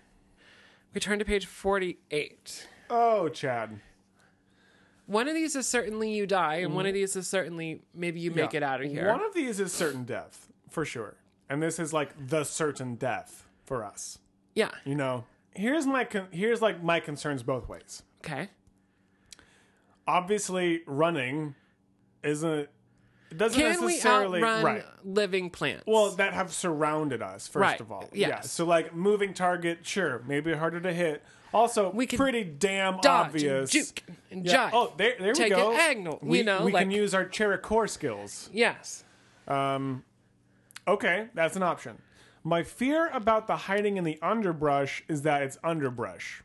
Speaker 1: we turn to page 48.
Speaker 2: Oh, Chad.
Speaker 1: One of these is certainly you die, and one of these is certainly maybe you make
Speaker 2: Mm. Yeah.
Speaker 1: it out of here.
Speaker 2: One of these is certain death, for sure. And this is like the certain death for us.
Speaker 1: yeah.
Speaker 2: You know, here's my con- here's like my concerns both ways.
Speaker 1: Okay.
Speaker 2: Obviously, running isn't it doesn't
Speaker 1: Can we
Speaker 2: necessarily
Speaker 1: outrun
Speaker 2: right.
Speaker 1: living plants?
Speaker 2: Well, that have surrounded us first
Speaker 1: Right.
Speaker 2: of all. Yeah.
Speaker 1: Yes.
Speaker 2: So like moving target, sure, maybe harder to hit. Also,
Speaker 1: We can
Speaker 2: pretty damn
Speaker 1: dodge
Speaker 2: obvious.
Speaker 1: and juke and
Speaker 2: Yeah.
Speaker 1: jive.
Speaker 2: Oh, there, there
Speaker 1: Take
Speaker 2: we go.
Speaker 1: an angle,
Speaker 2: We,
Speaker 1: you know,
Speaker 2: we can
Speaker 1: like-
Speaker 2: use our Cherokee skills.
Speaker 1: yes.
Speaker 2: Okay, that's an option. My fear about the hiding in the underbrush is that it's underbrush,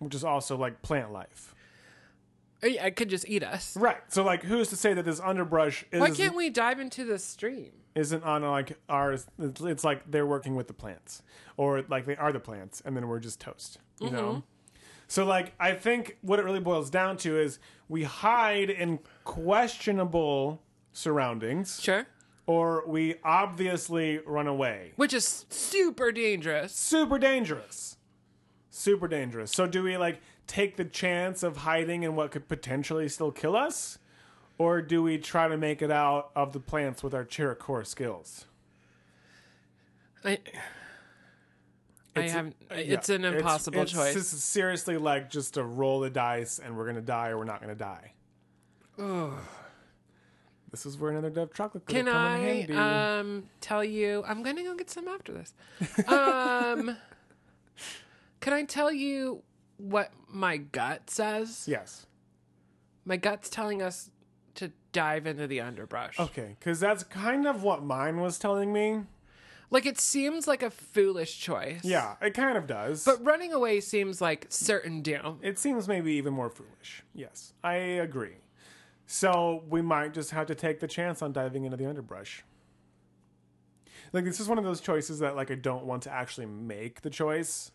Speaker 2: which is also like plant life.
Speaker 1: Uh, yeah, It could just eat us.
Speaker 2: Right. So like who's to say that this underbrush is
Speaker 1: Why can't we dive into the stream?
Speaker 2: isn't on like ours it's it's like they're working with the plants or like they are the plants and then we're just toast, you know.
Speaker 1: Mm-hmm.
Speaker 2: So like I think what it really boils down to is we hide in questionable surroundings
Speaker 1: Sure.
Speaker 2: or we obviously run away.
Speaker 1: Which is super dangerous.
Speaker 2: super dangerous. Super dangerous. So do we like take the chance of hiding in what could potentially still kill us? Or do we try to make it out of the plants with our Cherokee skills?
Speaker 1: I, I
Speaker 2: It's a-
Speaker 1: haven't.
Speaker 2: Yeah.
Speaker 1: It's an impossible
Speaker 2: it's
Speaker 1: choice.
Speaker 2: s- seriously like just to roll the dice and we're gonna die or we're not gonna die. This is where another Dove chocolate could
Speaker 1: Can
Speaker 2: have
Speaker 1: I
Speaker 2: come in handy.
Speaker 1: um, tell you? I'm going to go get some after this.
Speaker 2: (laughs)
Speaker 1: Um, can I tell you what my gut says?
Speaker 2: yes.
Speaker 1: My gut's telling us to dive into the underbrush.
Speaker 2: Oh. Okay, because that's kind of what mine was telling me.
Speaker 1: Like it seems like a foolish choice.
Speaker 2: Yeah, it kind of does.
Speaker 1: But running away seems like certain doom.
Speaker 2: It seems maybe even more foolish. Yes, I agree. So we might just have to take the chance on diving into the underbrush. Like this is one of those choices that like I don't want to actually make the choice.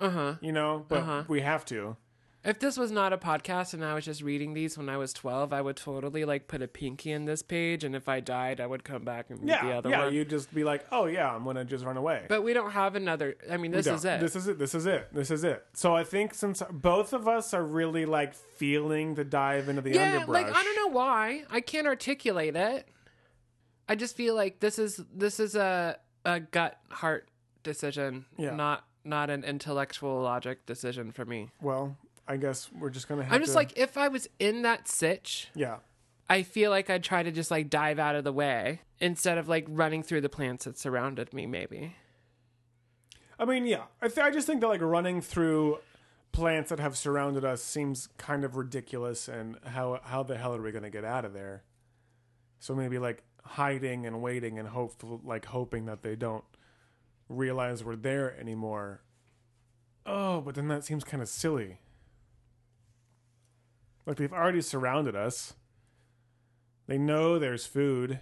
Speaker 1: Uh-huh.
Speaker 2: Uh huh. You know, but we have to.
Speaker 1: If this was not a podcast and I was just reading these when I was 12, I would totally like put a pinky in this page and if I died, I would come back and read
Speaker 2: Yeah,
Speaker 1: the other
Speaker 2: yeah.
Speaker 1: one.
Speaker 2: You just be like, oh yeah, I'm gonna just run away.
Speaker 1: But we don't have another. I mean, this
Speaker 2: No,
Speaker 1: is it.
Speaker 2: This is it. This is it. This is it. So I think since both of us are really like feeling the dive into the
Speaker 1: yeah,
Speaker 2: underbrush,
Speaker 1: like I don't know why. I can't articulate it. I just feel like this is this is a a gut heart decision,
Speaker 2: Yeah.
Speaker 1: not not an intellectual logic decision for me.
Speaker 2: Well, I guess we're just gonna. have
Speaker 1: I'm just
Speaker 2: to-
Speaker 1: like if I was in that sitch,
Speaker 2: yeah.
Speaker 1: I feel like I'd try to just like dive out of the way instead of like running through the plants that surrounded me maybe.
Speaker 2: I mean, yeah. I, th- I just think that like running through plants that have surrounded us seems kind of ridiculous. And how how the hell are we going to get out of there? So maybe like hiding and waiting and hopeful, like hoping that they don't realize we're there anymore. Oh, but then that seems kind of silly. Like they've already surrounded us. They know there's food.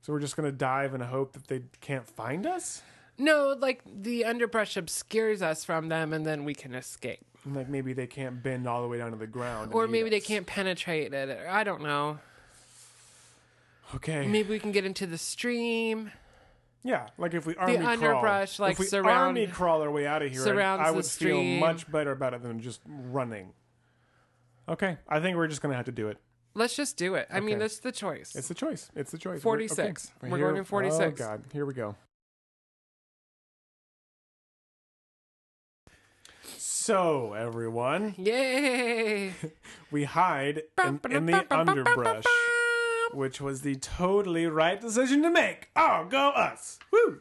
Speaker 2: So we're just going to dive and hope that they can't find us?
Speaker 1: No, like the underbrush obscures us from them and then we can escape.
Speaker 2: And, like maybe they can't bend all the way down to the ground.
Speaker 1: Or
Speaker 2: and eat
Speaker 1: maybe they
Speaker 2: us.
Speaker 1: can't penetrate it. Or I don't know.
Speaker 2: Okay.
Speaker 1: Maybe we can get into the stream.
Speaker 2: yeah, like if we army
Speaker 1: underbrush,
Speaker 2: crawl,
Speaker 1: like,
Speaker 2: if we
Speaker 1: surround-
Speaker 2: army crawl our way out of here,
Speaker 1: surrounds
Speaker 2: I, I
Speaker 1: the
Speaker 2: would feel
Speaker 1: stream.
Speaker 2: much better about it than just running. Okay, I think we're just gonna have to do it.
Speaker 1: Let's just do it. I mean,
Speaker 2: Okay.
Speaker 1: that's the choice.
Speaker 2: It's the choice. It's the choice.
Speaker 1: 46. We're going
Speaker 2: here-
Speaker 1: to 46.
Speaker 2: Oh God, here we go. So everyone,
Speaker 1: Yay!
Speaker 2: we hide (laughs) in, in the underbrush, which was the totally right decision to make. Oh, go us! Woo!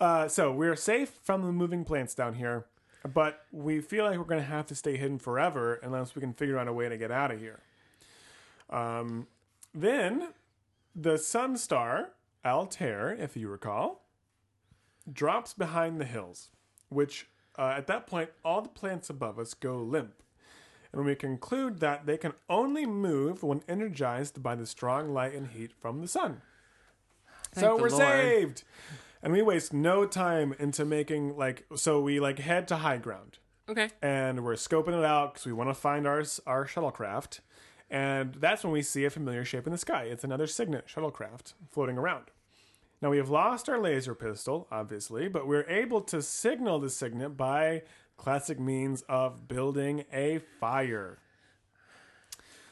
Speaker 2: Uh, so we're safe from the moving plants down here, but we feel like we're going to have to stay hidden forever unless we can figure out a way to get out of here. Um, then the sun star Altair, if you recall, drops behind the hills, which uh, at that point all the plants above us go limp. And we conclude that they can only move when energized by the strong light and heat from the sun. so
Speaker 1: the
Speaker 2: we're
Speaker 1: Lord.
Speaker 2: saved. And we waste no time into making like so we like head to high ground
Speaker 1: Okay.
Speaker 2: and we're scoping it out because we want to find our our shuttlecraft. And that's when we see a familiar shape in the sky. It's another Signet shuttlecraft floating around. Now we have lost our laser pistol, obviously, but we're able to signal the Signet by classic means of building a fire.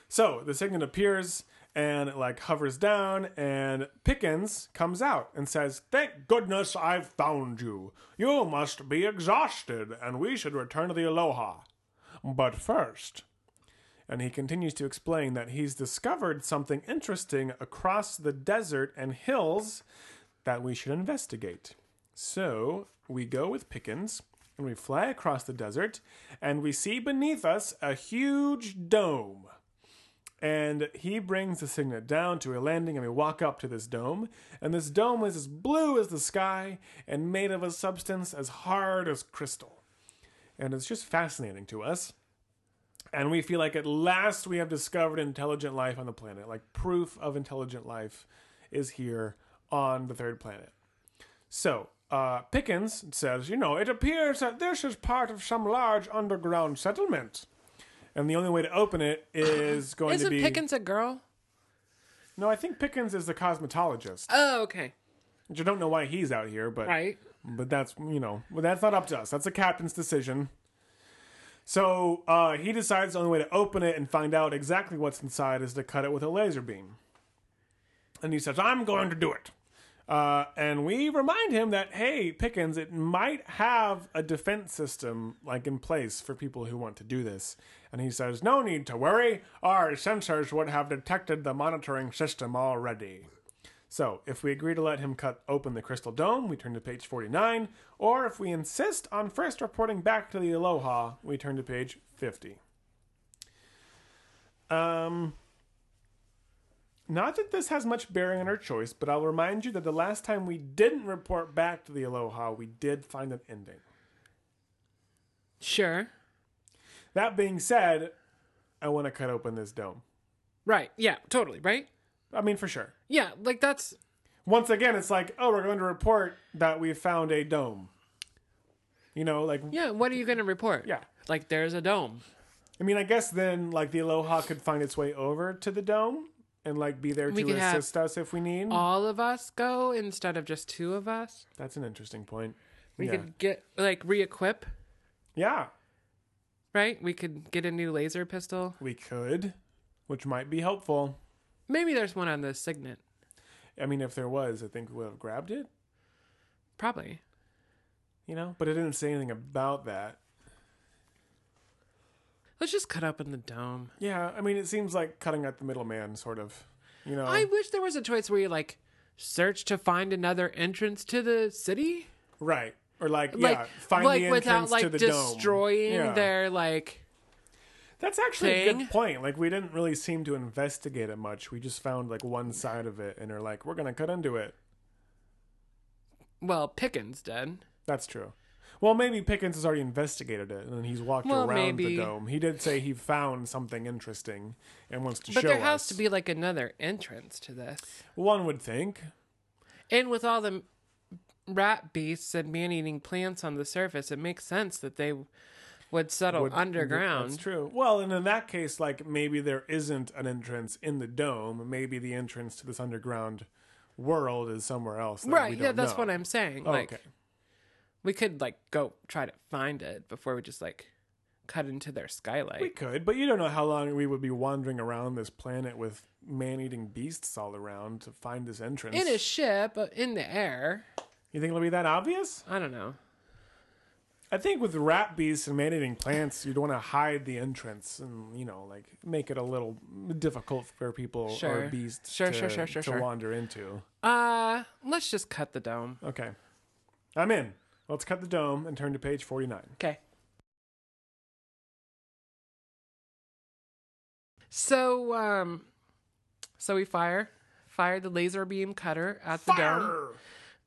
Speaker 2: So the Signet appears and it, like hovers down, and Pickens comes out and says, "Thank goodness I've found you. You must be exhausted, and we should return to the Aloha. But first, and he continues to explain that he's discovered something interesting across the desert and hills that we should investigate. So we go with Pickens and we fly across the desert and we see beneath us a huge dome. And he brings the signet down to a landing and we walk up to this dome. And this dome is as blue as the sky and made of a substance as hard as crystal. And it's just fascinating to us. And we feel like at last we have discovered intelligent life on the planet. Like proof of intelligent life is here on the third planet. So, uh, Pickens says, you know, it appears that this is part of some large underground settlement. And the only way to open it is going
Speaker 1: Isn't
Speaker 2: to be.
Speaker 1: Pickens a girl?
Speaker 2: no, I think Pickens is the cosmetologist.
Speaker 1: Oh, okay.
Speaker 2: Which I don't know why he's out here, but
Speaker 1: Right.
Speaker 2: but that's you know, well, that's not up to us. That's the captain's decision. So uh, he decides the only way to open it and find out exactly what's inside is to cut it with a laser beam. And he says, "I'm going to do it." Uh, and we remind him that hey, Pickens, it might have a defense system like in place for people who want to do this. And he says, "No need to worry. Our sensors would have detected the monitoring system already." So, if we agree to let him cut open the crystal dome, we turn to page 49, or if we insist on first reporting back to the Aloha, we turn to page 50. Um Not that this has much bearing on our choice, but I'll remind you that the last time we didn't report back to the Aloha, we did find an ending.
Speaker 1: Sure.
Speaker 2: That being said, I want to cut open this dome.
Speaker 1: Right. Yeah, totally, right?
Speaker 2: I mean, for sure.
Speaker 1: Yeah, like that's
Speaker 2: Once again, it's like, oh, we're going to report that we found a dome. You know, like,
Speaker 1: Yeah, what are you going to report?
Speaker 2: Yeah.
Speaker 1: Like there's a dome.
Speaker 2: I mean, I guess then, like, the Aloha could find its way over to the dome and, like, be there
Speaker 1: We
Speaker 2: to
Speaker 1: could have-
Speaker 2: assist us if we need.
Speaker 1: All of us go instead of just two of us.
Speaker 2: That's an interesting point.
Speaker 1: We
Speaker 2: yeah.
Speaker 1: could get like re-equip,
Speaker 2: yeah,
Speaker 1: right? We could get a new laser pistol.
Speaker 2: we could, which might be helpful.
Speaker 1: Maybe there's one on the signet.
Speaker 2: I mean, if there was, I think we would have grabbed it,
Speaker 1: Probably.
Speaker 2: you know? But it didn't say anything about that.
Speaker 1: Let's just cut open the dome.
Speaker 2: Yeah, I mean, it seems like cutting out the middleman, sort of. You know?
Speaker 1: I wish there was a choice where you like search to find another entrance to the city.
Speaker 2: Right. Or like, yeah,
Speaker 1: like
Speaker 2: find
Speaker 1: like
Speaker 2: the entrance
Speaker 1: without like
Speaker 2: to the
Speaker 1: destroying
Speaker 2: dome. Yeah.
Speaker 1: their like
Speaker 2: That's actually a
Speaker 1: thing.
Speaker 2: good point. Like we didn't really seem to investigate it much. We just found like one side of it and are like, we're gonna cut into it.
Speaker 1: well Pickens did.
Speaker 2: That's true. Well, maybe Pickens has already investigated it and he's walked
Speaker 1: Well,
Speaker 2: around
Speaker 1: maybe.
Speaker 2: the dome. He did say he found something interesting and wants to
Speaker 1: But
Speaker 2: show
Speaker 1: there has
Speaker 2: us.
Speaker 1: to be like another entrance to this.
Speaker 2: One would think.
Speaker 1: And with all the rat beasts and man eating plants on the surface, it makes sense that they would settle
Speaker 2: Would-
Speaker 1: Oh, underground.
Speaker 2: That's true. Well, and in that case, like maybe there isn't an entrance in the dome. Maybe the entrance to this underground world is somewhere else. that we
Speaker 1: Right, yeah,
Speaker 2: don't
Speaker 1: that's
Speaker 2: know.
Speaker 1: what I'm saying.
Speaker 2: Oh,
Speaker 1: like
Speaker 2: okay.
Speaker 1: we could like go try to find it before we just like cut into their skylight.
Speaker 2: We could, but you don't know how long we would be wandering around this planet with man-eating beasts all around to find this entrance.
Speaker 1: in a ship uh, in the air.
Speaker 2: you think it'll be that obvious?
Speaker 1: I don't know.
Speaker 2: I think with rat beasts and man-eating plants, you'd want to hide the entrance and you know, like make it a little difficult for people
Speaker 1: Sure.
Speaker 2: or beasts
Speaker 1: Sure,
Speaker 2: to,
Speaker 1: sure, sure, sure,
Speaker 2: to
Speaker 1: sure.
Speaker 2: wander into.
Speaker 1: Uh, let's just cut the dome.
Speaker 2: Okay, I'm in. Let's cut the dome and turn to page forty-nine.
Speaker 1: Okay. So um so we fire fire the laser beam cutter at the dome.
Speaker 2: Arr!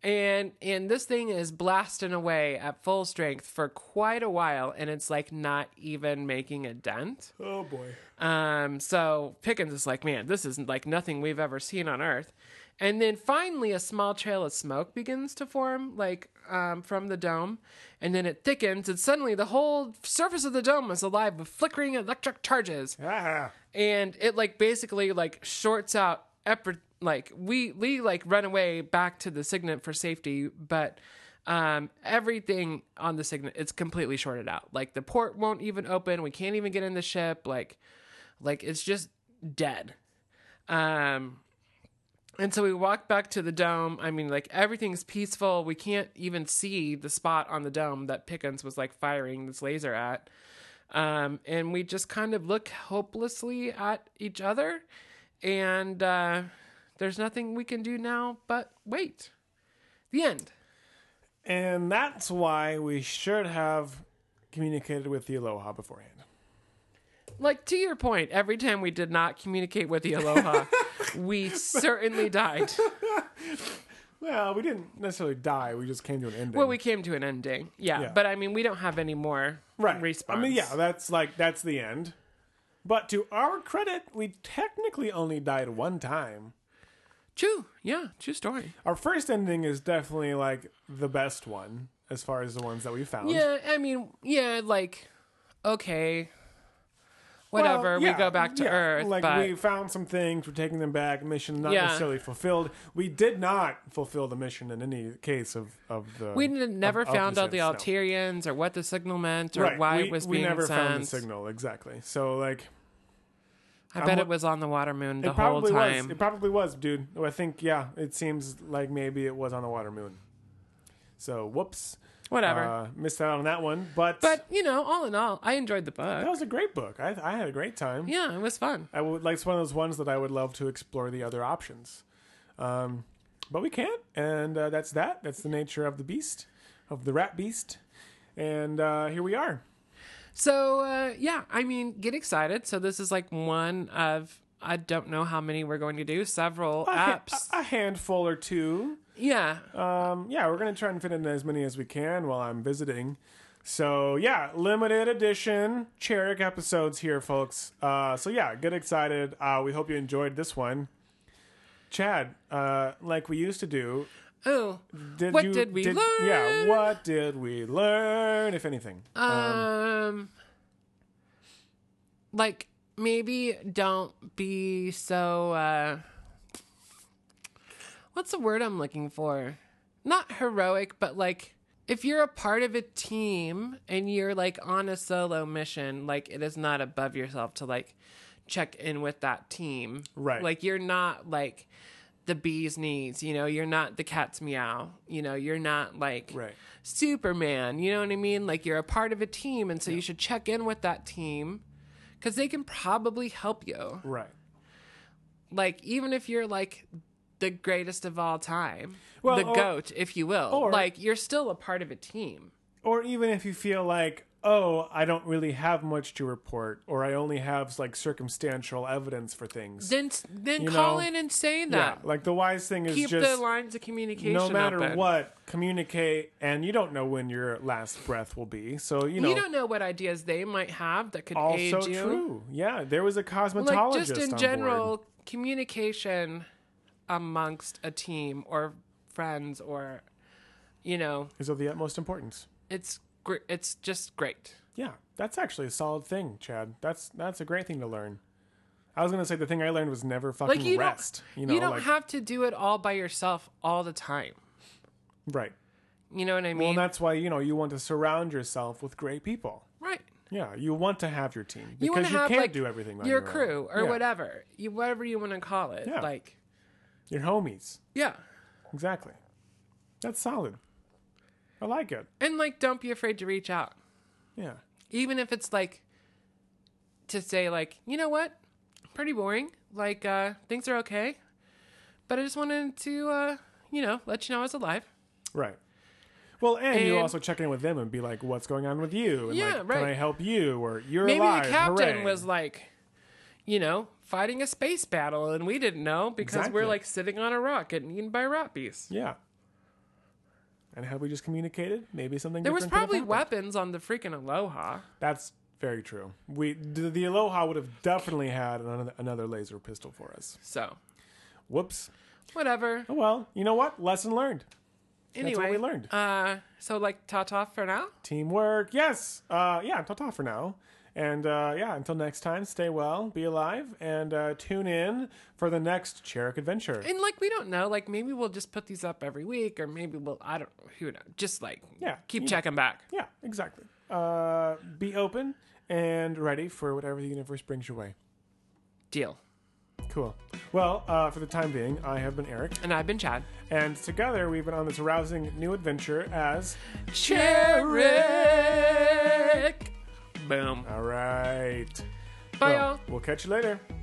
Speaker 1: And and this thing is blasting away at full strength for quite a while and it's like not even making a dent.
Speaker 2: Oh boy.
Speaker 1: Um, so Pickens is like, man, this is like nothing we've ever seen on Earth. And then finally, a small trail of smoke begins to form, like um, from the dome, and then it thickens, and suddenly the whole surface of the dome is alive with flickering electric charges,
Speaker 2: Ah.
Speaker 1: and it like basically like shorts out. Ep- like we we like run away back to the signet for safety, but um everything on the signet it's completely shorted out. Like the port won't even open. We can't even get in the ship. Like like it's just dead um and so we walk back to the dome i mean like everything's peaceful we can't even see the spot on the dome that pickens was like firing this laser at um and we just kind of look hopelessly at each other and uh there's nothing we can do now but wait the end
Speaker 2: And that's why we should have communicated with the Aloha beforehand.
Speaker 1: like to your point every time we did not communicate with the
Speaker 2: (laughs)
Speaker 1: aloha we certainly died
Speaker 2: Well, we didn't necessarily die. We just came to an ending.
Speaker 1: Well, we came to an ending. Yeah,
Speaker 2: Yeah.
Speaker 1: but I mean, we don't have any more
Speaker 2: right.
Speaker 1: response.
Speaker 2: I mean, yeah, that's like that's the end. But to our credit, we technically only died one time.
Speaker 1: true. Yeah, true story.
Speaker 2: Our first ending is definitely like the best one as far as the ones that we found.
Speaker 1: Yeah, I mean, yeah, like okay, whatever.
Speaker 2: Well, yeah,
Speaker 1: we go back to
Speaker 2: yeah.
Speaker 1: Earth,
Speaker 2: Like
Speaker 1: but
Speaker 2: we found some things, we're taking them back. Mission not
Speaker 1: Yeah.
Speaker 2: necessarily fulfilled. We did not fulfill the mission in any case of of the.
Speaker 1: we n- never
Speaker 2: of- of
Speaker 1: found out the
Speaker 2: this, no.
Speaker 1: Altarians or what the signal meant or
Speaker 2: Right,
Speaker 1: why
Speaker 2: we,
Speaker 1: it was
Speaker 2: we
Speaker 1: being
Speaker 2: never
Speaker 1: sent.
Speaker 2: found the signal exactly. So like
Speaker 1: I
Speaker 2: I'm
Speaker 1: bet
Speaker 2: wa-
Speaker 1: it was on the water moon the
Speaker 2: it
Speaker 1: whole
Speaker 2: probably
Speaker 1: time.
Speaker 2: was. It probably was, dude. Oh, I think yeah. It seems like maybe it was on the water moon. So whoops,
Speaker 1: whatever.
Speaker 2: uh, missed out on that one. But
Speaker 1: but you know, all in all, I enjoyed the book.
Speaker 2: that was a great book. I I had a great time.
Speaker 1: Yeah, it was fun.
Speaker 2: I would like it's one of those ones that I would love to explore the other options, um, but we can't, and uh, that's that. That's the nature of the beast, of the rat beast, and uh, here we are.
Speaker 1: So uh, yeah, I mean, get excited. So this is like one of I don't know how many we're going to do. Several
Speaker 2: A ha-
Speaker 1: apps.
Speaker 2: a handful or two.
Speaker 1: yeah.
Speaker 2: Um, yeah, we're gonna try and fit in as many as we can while I'm visiting. So yeah, limited edition Cherick episodes here, folks. Uh, so yeah, get excited. Uh, we hope you enjoyed this one. Chad, uh, like we used to do,
Speaker 1: Oh.
Speaker 2: did
Speaker 1: What
Speaker 2: you,
Speaker 1: did we
Speaker 2: Yeah,
Speaker 1: learn?
Speaker 2: what did we learn, if anything?
Speaker 1: Um, like maybe don't be so uh what's the word I'm looking for? Not heroic, but like if you're a part of a team and you're like on a solo mission, like it is not above yourself to like check in with that team.
Speaker 2: Right.
Speaker 1: Like you're not like the bee's knees, you know, you're not the cat's meow, you know, you're not like
Speaker 2: Right.
Speaker 1: Superman. You know what I mean? Like you're a part of a team, and so you should check in with that team because they can probably help you.
Speaker 2: Right.
Speaker 1: Like even if you're like the greatest of all time,
Speaker 2: Well,
Speaker 1: the
Speaker 2: or-
Speaker 1: goat, if you will,
Speaker 2: or-
Speaker 1: like you're still a part of a team.
Speaker 2: Or even if you feel like, oh, I don't really have much to report, or I only have like circumstantial evidence for things.
Speaker 1: Then then
Speaker 2: You
Speaker 1: call
Speaker 2: know,
Speaker 1: in and say
Speaker 2: yeah,
Speaker 1: that.
Speaker 2: like the wise thing is
Speaker 1: Keep
Speaker 2: just
Speaker 1: the lines of communication.
Speaker 2: no matter
Speaker 1: open.
Speaker 2: what, communicate, and you don't know when your last breath will be. So you know,
Speaker 1: you don't know what ideas they might have that could
Speaker 2: also
Speaker 1: aid you.
Speaker 2: true. Yeah, there was a cosmetologist.
Speaker 1: like just in
Speaker 2: on
Speaker 1: general
Speaker 2: board.
Speaker 1: communication amongst a team or friends or you know
Speaker 2: is of the utmost importance.
Speaker 1: it's gr- it's just great
Speaker 2: Yeah, that's actually a solid thing, Chad. That's that's a great thing to learn. I was gonna say the thing I learned was never fucking
Speaker 1: like you
Speaker 2: rest.
Speaker 1: don't
Speaker 2: you know,
Speaker 1: don't
Speaker 2: like
Speaker 1: have to do it all by yourself all the time
Speaker 2: right.
Speaker 1: you know what i
Speaker 2: Well,
Speaker 1: mean
Speaker 2: and that's why you know you want to surround yourself with great people.
Speaker 1: right
Speaker 2: Yeah, you want to have your team
Speaker 1: you want
Speaker 2: because
Speaker 1: to
Speaker 2: you,
Speaker 1: have
Speaker 2: can't
Speaker 1: like
Speaker 2: do everything. on
Speaker 1: your
Speaker 2: own.
Speaker 1: crew or
Speaker 2: Yeah,
Speaker 1: whatever you whatever you want to call it
Speaker 2: Yeah.
Speaker 1: like
Speaker 2: Your homies,
Speaker 1: yeah
Speaker 2: exactly. That's solid. I like it.
Speaker 1: and like don't be afraid to reach out
Speaker 2: Yeah.
Speaker 1: even if it's like to say like you know what pretty boring like uh things are okay but i just wanted to uh you know let you know i was alive
Speaker 2: Right. Well, and, you
Speaker 1: And-
Speaker 2: also check in with them and be like, "What's going on with you?" And
Speaker 1: Yeah,
Speaker 2: like,
Speaker 1: right.
Speaker 2: Can I help you? Or you're
Speaker 1: maybe
Speaker 2: alive.
Speaker 1: the captain
Speaker 2: hooray."
Speaker 1: was like you know fighting a space battle and we didn't know because
Speaker 2: Exactly.
Speaker 1: we're like sitting on a rock getting eaten by rotbees
Speaker 2: Yeah. And had we just communicated, maybe something.
Speaker 1: there was
Speaker 2: different could have
Speaker 1: probably
Speaker 2: happened.
Speaker 1: weapons on the freaking aloha
Speaker 2: That's very true. We the, the Aloha would have definitely had another, another laser pistol for us.
Speaker 1: so
Speaker 2: Whoops.
Speaker 1: whatever
Speaker 2: Oh well. You know what? Lesson learned.
Speaker 1: anyway
Speaker 2: what we learned.
Speaker 1: uh so like ta-ta for now
Speaker 2: Teamwork. Yes. Uh, yeah. Ta-ta for now. And uh, yeah, until next time, stay well, be alive, and uh, tune in for the next Cherrick adventure.
Speaker 1: and like we don't know like maybe we'll just put these up every week or maybe we'll i don't who knows just like
Speaker 2: Yeah,
Speaker 1: keep
Speaker 2: you know.
Speaker 1: checking back
Speaker 2: Yeah, exactly. Uh, be open and ready for whatever the universe brings your way.
Speaker 1: deal
Speaker 2: Cool. Well, uh, for the time being, I have been Eric,
Speaker 1: and i've been chad
Speaker 2: and together we've been on this rousing new adventure as.
Speaker 1: Cherick. boom
Speaker 2: All right.
Speaker 1: bye
Speaker 2: Well,
Speaker 1: y'all
Speaker 2: We'll catch you later.